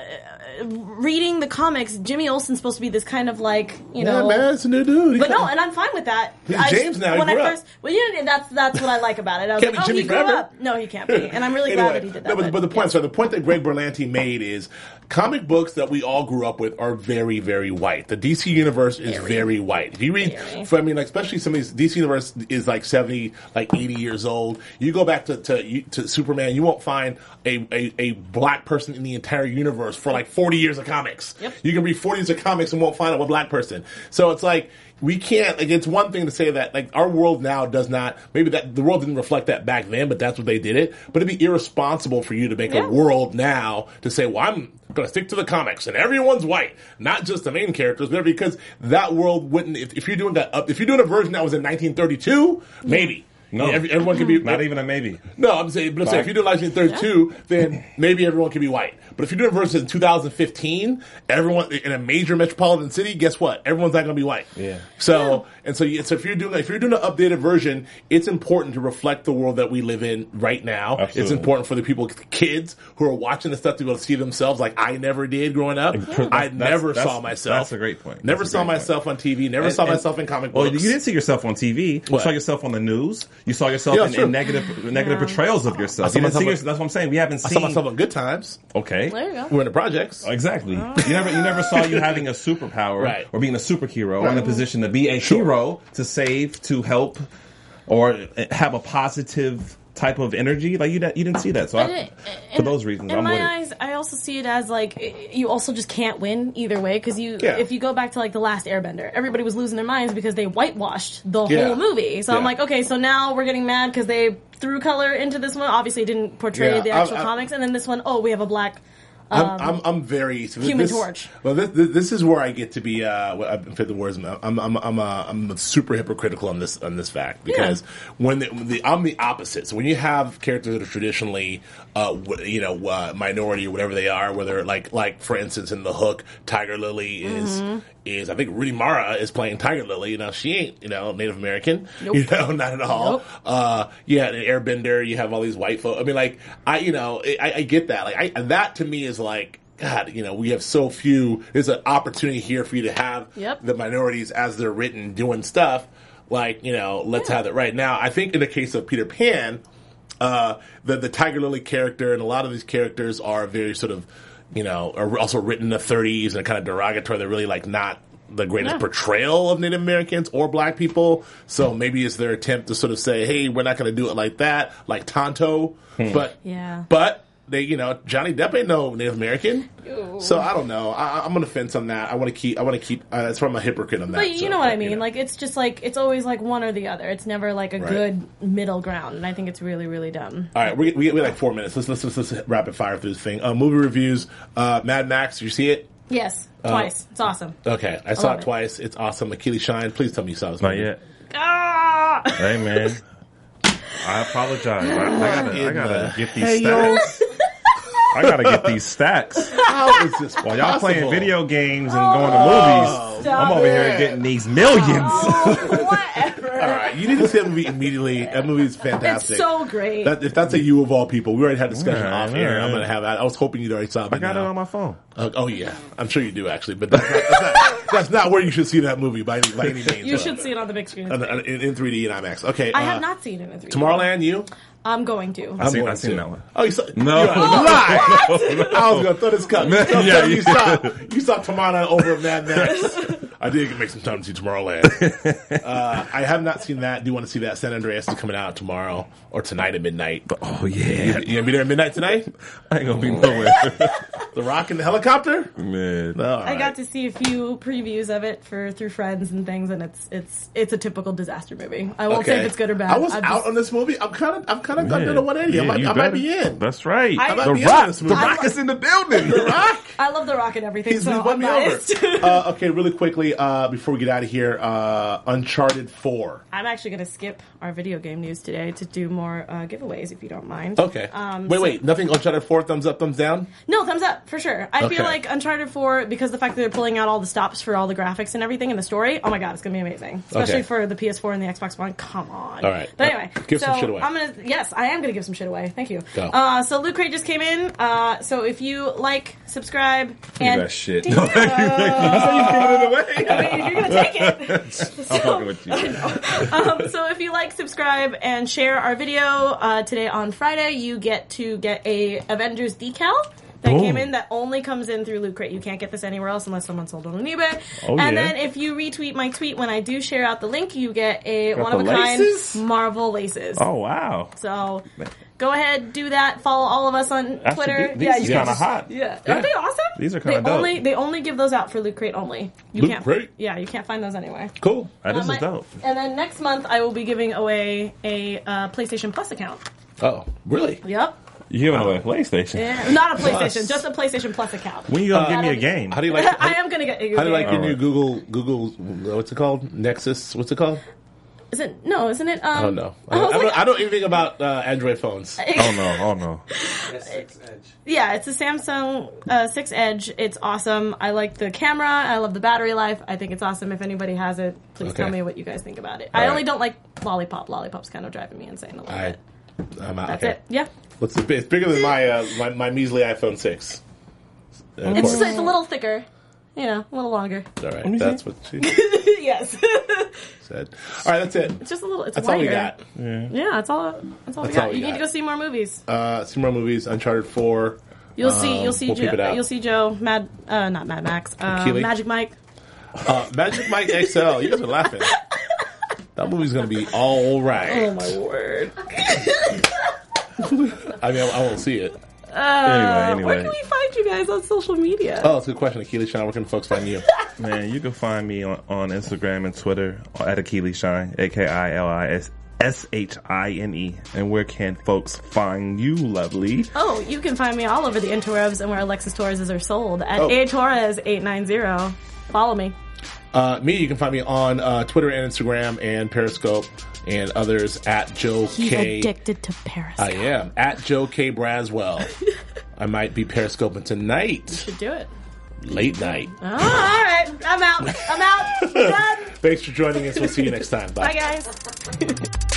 [SPEAKER 6] reading the comics. Jimmy Olsen's supposed to be this kind of like
[SPEAKER 3] yeah,
[SPEAKER 6] you know.
[SPEAKER 3] man, it's a new dude. He
[SPEAKER 6] But no,
[SPEAKER 3] come-
[SPEAKER 6] and I'm fine with that.
[SPEAKER 3] He's
[SPEAKER 6] I
[SPEAKER 3] James now, he
[SPEAKER 6] When I
[SPEAKER 3] grew up.
[SPEAKER 6] first, well, you know, that's that's what I like about it. I was
[SPEAKER 3] Can't be
[SPEAKER 6] like, oh,
[SPEAKER 3] Jimmy
[SPEAKER 6] he grew
[SPEAKER 3] Craver.
[SPEAKER 6] up. No, he can't be, and I'm really glad that he did that.
[SPEAKER 3] no, but, but the point, so the point that Greg Berlanti made is comic books that we all grew up with are very, very white. The DC universe is very, white. If you read,
[SPEAKER 6] Very.
[SPEAKER 3] for, I mean, like, especially some of these, DC universe is like 70, like 80 years old. You go back to, to, you- to Superman, you won't find a, a, a black person in the entire universe for like 40 years of comics.
[SPEAKER 6] Yep.
[SPEAKER 3] You can read 40 years of comics and won't find a black person. So it's like, we can't, like, it's one thing to say that, like, our world now does not, maybe that, the world didn't reflect that back then, but that's what they did it. But it'd be irresponsible for you to make
[SPEAKER 6] Yeah.
[SPEAKER 3] a world now to say, well, I'm going to stick to the comics and everyone's white, not just the main characters, but because that world wouldn't, if, if you're doing that up, if you're doing a version that was in 1932, maybe.
[SPEAKER 5] No.
[SPEAKER 3] Every- everyone could be,
[SPEAKER 5] Not even a maybe.
[SPEAKER 3] no, I'm saying, but I'm saying if you do Live in 32, then maybe everyone can be white. But if you do it versus in 2015, everyone in a major metropolitan city, guess what? Everyone's not going to be white.
[SPEAKER 5] Yeah.
[SPEAKER 3] So and so, you- so if you're doing if you're doing an updated version, it's important to reflect the world that we live in right now. It's
[SPEAKER 5] Absolutely.
[SPEAKER 3] important for the people, kids who are watching the stuff to be able to see themselves, like I never did growing up. I never
[SPEAKER 5] that's-
[SPEAKER 3] saw myself.
[SPEAKER 5] that's a great point.
[SPEAKER 3] Never
[SPEAKER 5] That's a
[SPEAKER 3] saw
[SPEAKER 5] great point.
[SPEAKER 3] myself on TV. Never
[SPEAKER 5] And-
[SPEAKER 3] saw
[SPEAKER 5] and-
[SPEAKER 3] myself in comic
[SPEAKER 5] Well,
[SPEAKER 3] books.
[SPEAKER 5] you didn't see yourself on TV.
[SPEAKER 3] What?
[SPEAKER 5] You saw yourself on the news. You saw yourself
[SPEAKER 3] Yeah,
[SPEAKER 5] in,
[SPEAKER 3] sure.
[SPEAKER 5] in negative negative portrayals of yourself.
[SPEAKER 3] saw
[SPEAKER 5] You didn't
[SPEAKER 3] myself
[SPEAKER 5] see
[SPEAKER 3] on-
[SPEAKER 5] yourself- that's what I'm saying. We haven't
[SPEAKER 3] I
[SPEAKER 5] seen.
[SPEAKER 3] saw myself on Good Times.
[SPEAKER 5] okay.
[SPEAKER 6] there you go.
[SPEAKER 3] We're in the projects.
[SPEAKER 5] Exactly. You never you never saw you having a superpower
[SPEAKER 3] Ah. Right.
[SPEAKER 5] or being a superhero or in a position to be a hero to save, to help, or have a positive type of energy. Like you, di- you didn't see that. So
[SPEAKER 6] And
[SPEAKER 5] I,
[SPEAKER 6] it-
[SPEAKER 3] uh,
[SPEAKER 5] for
[SPEAKER 6] and-
[SPEAKER 5] those reasons,
[SPEAKER 6] in
[SPEAKER 5] I'm
[SPEAKER 6] my
[SPEAKER 5] with. it.
[SPEAKER 6] eyes, I also see it as like i- you also just can't win either way because you
[SPEAKER 3] Yeah.
[SPEAKER 6] if you go back to like the last Airbender, everybody was losing their minds because they whitewashed the
[SPEAKER 3] Yeah.
[SPEAKER 6] whole movie. So
[SPEAKER 3] Yeah.
[SPEAKER 6] I'm like, okay, so now we're getting mad because they threw color into this one. Obviously, it didn't portray
[SPEAKER 3] Yeah,
[SPEAKER 6] the
[SPEAKER 3] I-
[SPEAKER 6] actual
[SPEAKER 3] I-
[SPEAKER 6] comics, and then this one, oh, we have a black.
[SPEAKER 3] I'm, I'm, I'm very so
[SPEAKER 6] Um, Human
[SPEAKER 3] this,
[SPEAKER 6] Torch.
[SPEAKER 3] Well, this, this, this is where I get to be. Uh, well, I've fit the words. I'm I'm I'm, I'm, uh, I'm super hypocritical on this on this fact because when the, the I'm the opposite. So when you have characters that are traditionally, uh, wh- you know, uh, minority or whatever they are, whether like like for instance in the Hook, Tiger Lily is.
[SPEAKER 6] Mm-hmm.
[SPEAKER 3] Is I think Rudy Mara is playing Tiger Lily. You know she ain't you know Native American.
[SPEAKER 6] Nope.
[SPEAKER 3] You know not at all.
[SPEAKER 6] Nope.
[SPEAKER 3] Uh, yeah, an Airbender. You have all these white folks. I mean, like I, you know, I, I get that. Like I, that to me is like. God, you know, we have so few. There's an opportunity here for you to have
[SPEAKER 6] Yep.
[SPEAKER 3] the minorities as they're written doing stuff. Like, you know, let's have it right now. I think in the case of Peter Pan, uh, the the Tiger Lily character and a lot of these characters are very sort of, you know, are also written in the 30s and kind of derogatory. They're really like not the greatest
[SPEAKER 6] Yeah.
[SPEAKER 3] portrayal of Native Americans or Black people. So maybe it's their attempt to sort of say, hey, we're not going to do it like that, like Tonto, but
[SPEAKER 6] Yeah.
[SPEAKER 3] but. They, you know, Johnny Depp ain't no Native American, so I don't know. I, I- I'm on the fence on that. I want to keep. I want to keep. Uh, that's why I'm a hypocrite on that.
[SPEAKER 6] But you
[SPEAKER 3] so,
[SPEAKER 6] know what I
[SPEAKER 3] you
[SPEAKER 6] mean. Like it's just like it's always like one or the other. It's never like a
[SPEAKER 3] Right.
[SPEAKER 6] good middle ground, and I think it's really really dumb.
[SPEAKER 3] All right, we we we like four minutes. Let's let's let's, let's rapid fire through this thing. Uh, movie reviews. Uh, Mad Max. You see it?
[SPEAKER 6] Yes,
[SPEAKER 3] Uh,
[SPEAKER 6] twice. It's awesome.
[SPEAKER 3] Okay, I saw
[SPEAKER 6] love
[SPEAKER 3] it
[SPEAKER 6] it.
[SPEAKER 3] twice. It's awesome. Akili Shine. Please tell me you saw this.
[SPEAKER 5] Not
[SPEAKER 3] movie.
[SPEAKER 5] yet.
[SPEAKER 6] Ah!
[SPEAKER 5] Hey man, I apologize. I, I gotta, I
[SPEAKER 3] In the
[SPEAKER 5] gotta get these
[SPEAKER 3] hey,
[SPEAKER 5] stacks. I gotta get these stacks.
[SPEAKER 3] How is this?
[SPEAKER 5] While y'all playing
[SPEAKER 3] possible? Oh,
[SPEAKER 5] video games and going to movies,
[SPEAKER 6] Stop
[SPEAKER 5] I'm over here
[SPEAKER 3] it. Oh.
[SPEAKER 5] getting these millions.
[SPEAKER 6] whatever.
[SPEAKER 3] All right, you need to see that movie immediately. That movie is fantastic.
[SPEAKER 6] It's so great.
[SPEAKER 3] That, if that's a you of all people, we already had a discussion
[SPEAKER 5] All right,
[SPEAKER 3] off air.
[SPEAKER 5] all right.
[SPEAKER 3] I'm gonna have that. I was hoping you'd already saw it.
[SPEAKER 5] I got it on my phone.
[SPEAKER 3] oh yeah, I'm sure you do actually, but that's not, that's not, that's not where you should see that movie by any, by any means. Uh,
[SPEAKER 6] you should see it on the big screen.
[SPEAKER 3] in, in 3D and IMAX. Okay,
[SPEAKER 6] I
[SPEAKER 3] uh,
[SPEAKER 6] have not seen it in 3D.
[SPEAKER 3] Tomorrowland. You?
[SPEAKER 6] I'm going to.
[SPEAKER 5] I seen,
[SPEAKER 3] going
[SPEAKER 5] I seen
[SPEAKER 3] to.
[SPEAKER 5] that one.
[SPEAKER 3] Oh, you saw?
[SPEAKER 5] No.
[SPEAKER 3] you lie. I was gonna throw this cup. No,
[SPEAKER 5] Yeah,
[SPEAKER 3] yeah, you
[SPEAKER 5] you-
[SPEAKER 3] saw, you saw Tamana over Mad Max. I did make some time to see Tomorrowland. Uh, I have not seen that. Do want to see that? San Andreas is coming out tomorrow or tonight at midnight.
[SPEAKER 5] Oh yeah,
[SPEAKER 3] You gonna be there at midnight tonight?
[SPEAKER 5] I ain't gonna be nowhere.
[SPEAKER 3] The Rock in the helicopter?
[SPEAKER 5] Man,
[SPEAKER 3] All
[SPEAKER 6] I
[SPEAKER 3] right.
[SPEAKER 6] got to see a few previews of it for through friends and things, and it's it's it's a typical disaster movie. I won't say if it's good or bad.
[SPEAKER 3] I was
[SPEAKER 6] I'm
[SPEAKER 3] out
[SPEAKER 6] just-
[SPEAKER 3] on this movie. I'm kind of, I'm kind of
[SPEAKER 5] Yeah.
[SPEAKER 3] done to the 180. I,
[SPEAKER 5] Yeah,
[SPEAKER 3] might,
[SPEAKER 5] you
[SPEAKER 3] I might
[SPEAKER 5] better-
[SPEAKER 3] be in.
[SPEAKER 5] That's right.
[SPEAKER 6] I-
[SPEAKER 5] the
[SPEAKER 3] I might be in
[SPEAKER 5] Rock,
[SPEAKER 3] this
[SPEAKER 5] the
[SPEAKER 3] movie.
[SPEAKER 5] Rock is in the building. The
[SPEAKER 3] Rock.
[SPEAKER 6] I love The Rock and everything,
[SPEAKER 3] He's
[SPEAKER 6] so
[SPEAKER 3] won
[SPEAKER 6] I'm
[SPEAKER 3] me over.
[SPEAKER 6] biased.
[SPEAKER 3] uh, okay, really quickly uh, before we get out of here, uh, Uncharted Four.
[SPEAKER 6] I'm actually going to skip our video game news today to do more uh, giveaways, if you don't mind.
[SPEAKER 3] Okay.
[SPEAKER 6] Um,
[SPEAKER 3] wait,
[SPEAKER 6] so-
[SPEAKER 3] wait. Nothing. Uncharted Four. Thumbs up. Thumbs down.
[SPEAKER 6] No, thumbs up for sure. I
[SPEAKER 3] Okay.
[SPEAKER 6] feel like Uncharted 4 because the fact that they're pulling out all the stops for all the graphics and everything and the story. Oh my god, it's gonna be amazing, especially
[SPEAKER 3] Okay.
[SPEAKER 6] for the PS4 and the Xbox One. Come on.
[SPEAKER 3] All right.
[SPEAKER 6] But anyway,
[SPEAKER 3] Give
[SPEAKER 6] so
[SPEAKER 3] some shit away.
[SPEAKER 6] I'm gonna. Yes, I am gonna give some shit away. Thank you.
[SPEAKER 3] Go.
[SPEAKER 6] Uh, so Luke Ray just came in. Uh, so if you like, subscribe, and
[SPEAKER 5] that shit.
[SPEAKER 6] Damn.
[SPEAKER 5] away.
[SPEAKER 6] I mean, you're gonna take
[SPEAKER 3] Oh,
[SPEAKER 6] it.
[SPEAKER 5] I'm fucking with you.
[SPEAKER 6] um, so if you like, subscribe, and share our video uh, today on Friday, you get to get a Avengers decal. That
[SPEAKER 5] Boom.
[SPEAKER 6] came in that only comes in through Loot Crate. You can't get this anywhere else unless someone sold it on eBay.
[SPEAKER 5] Oh,
[SPEAKER 6] and
[SPEAKER 5] yeah.
[SPEAKER 6] then if you retweet my tweet when I do share out the link, you get a one of a
[SPEAKER 5] the
[SPEAKER 6] kind
[SPEAKER 5] laces?
[SPEAKER 6] Marvel laces.
[SPEAKER 5] Oh wow.
[SPEAKER 6] So go ahead, do that. Follow all of us on
[SPEAKER 5] Actually,
[SPEAKER 6] Twitter.
[SPEAKER 5] these- these
[SPEAKER 6] you can
[SPEAKER 5] are kinda
[SPEAKER 6] just-
[SPEAKER 5] hot.
[SPEAKER 6] Yeah.
[SPEAKER 5] Yeah.
[SPEAKER 6] aren't they awesome?
[SPEAKER 5] These are
[SPEAKER 6] They
[SPEAKER 5] kinda dope.
[SPEAKER 6] Only they only give those out for Loot Crate only. You
[SPEAKER 3] Loot
[SPEAKER 6] can't,
[SPEAKER 3] Crate?
[SPEAKER 6] Yeah, you can't find those anywhere.
[SPEAKER 3] Cool.
[SPEAKER 5] That
[SPEAKER 6] Uh,
[SPEAKER 5] is
[SPEAKER 6] my-
[SPEAKER 5] dope.
[SPEAKER 6] And then next month, I will be giving away a uh, PlayStation Plus account.
[SPEAKER 3] Oh, really?
[SPEAKER 6] Yep.
[SPEAKER 5] You giving away a PlayStation?
[SPEAKER 6] Not a PlayStation, just a PlayStation Plus account.
[SPEAKER 5] When you gonna
[SPEAKER 3] Uh,
[SPEAKER 5] give me a
[SPEAKER 6] that'll-
[SPEAKER 5] game?
[SPEAKER 3] How do you like?
[SPEAKER 6] I am gonna get.
[SPEAKER 3] How do you like your
[SPEAKER 5] All
[SPEAKER 3] new
[SPEAKER 5] right.
[SPEAKER 3] Google Google? What's it called? Nexus. What's it called?
[SPEAKER 6] Is it no? Isn't it? Um,
[SPEAKER 3] I don't know. I
[SPEAKER 6] I
[SPEAKER 3] don't,
[SPEAKER 6] was
[SPEAKER 3] I don't,
[SPEAKER 6] like-
[SPEAKER 3] I don't even think about uh, Android phones.
[SPEAKER 5] Oh no! Oh no!
[SPEAKER 6] Yeah, it's a Samsung uh, Six Edge. It's awesome. I like the camera. I love the battery life. I think it's awesome. If anybody has it, please
[SPEAKER 3] Okay.
[SPEAKER 6] tell me what you guys think about it.
[SPEAKER 3] All
[SPEAKER 6] I
[SPEAKER 3] right.
[SPEAKER 6] only don't like lollipop. Lollipop's kind of driving me insane a little
[SPEAKER 3] All right.
[SPEAKER 6] bit.
[SPEAKER 3] I'm out.
[SPEAKER 6] That's
[SPEAKER 3] okay.
[SPEAKER 6] it. Yeah.
[SPEAKER 3] Looks a bit- it's bigger than my uh, my, my measly iPhone six. Uh, of
[SPEAKER 6] It's
[SPEAKER 3] course.
[SPEAKER 6] just it's a little thicker. You know, a little longer.
[SPEAKER 3] All
[SPEAKER 5] me
[SPEAKER 3] right,
[SPEAKER 5] see.
[SPEAKER 3] that's what she
[SPEAKER 6] yes.
[SPEAKER 3] said. All right, that's it.
[SPEAKER 6] It's just a little. It's
[SPEAKER 3] That's all
[SPEAKER 6] wider.
[SPEAKER 3] we got.
[SPEAKER 6] Yeah, that's all. That's all
[SPEAKER 3] That's
[SPEAKER 6] we got.
[SPEAKER 3] all we
[SPEAKER 6] you need
[SPEAKER 3] got.
[SPEAKER 6] to go see more movies.
[SPEAKER 3] Uh, some more movies: Uncharted Four,
[SPEAKER 6] you'll see. You'll see.
[SPEAKER 3] we'll keep it
[SPEAKER 6] Joe,
[SPEAKER 3] out.
[SPEAKER 6] you'll see Joe. Mad. Uh, not Mad Max. Uh,
[SPEAKER 3] Keely?
[SPEAKER 6] Magic Mike.
[SPEAKER 3] uh, Magic Mike XL. You guys are laughing. That movie's gonna be all right.
[SPEAKER 6] Oh, my word.
[SPEAKER 3] I mean, I, I won't see it.
[SPEAKER 5] anyway,
[SPEAKER 6] Where
[SPEAKER 5] anyway,
[SPEAKER 6] can we find you guys on social media?
[SPEAKER 3] Oh, that's a good question, Akili Sean. Where can folks find you?
[SPEAKER 5] man, you can find me on, on Instagram and Twitter at Akili Shine, A K I L I S S H I N E. And where can folks find you, lovely?
[SPEAKER 6] Oh, you can find me all over the interwebs and where Alexis Torreses are sold at
[SPEAKER 3] Oh.
[SPEAKER 6] a Torres eight nine zero. Follow me.
[SPEAKER 3] Uh, me, you can find me on uh, Twitter and Instagram and Periscope and others at Joe
[SPEAKER 6] He's
[SPEAKER 3] K.
[SPEAKER 6] addicted to Paris.
[SPEAKER 3] I am at Joe K. Braswell. I might be periscoping tonight,
[SPEAKER 6] Should do it.
[SPEAKER 3] late night.
[SPEAKER 6] Oh, all right, I'm out. I'm out. Done.
[SPEAKER 3] Thanks for joining us. We'll see you next time.
[SPEAKER 6] Bye, guys.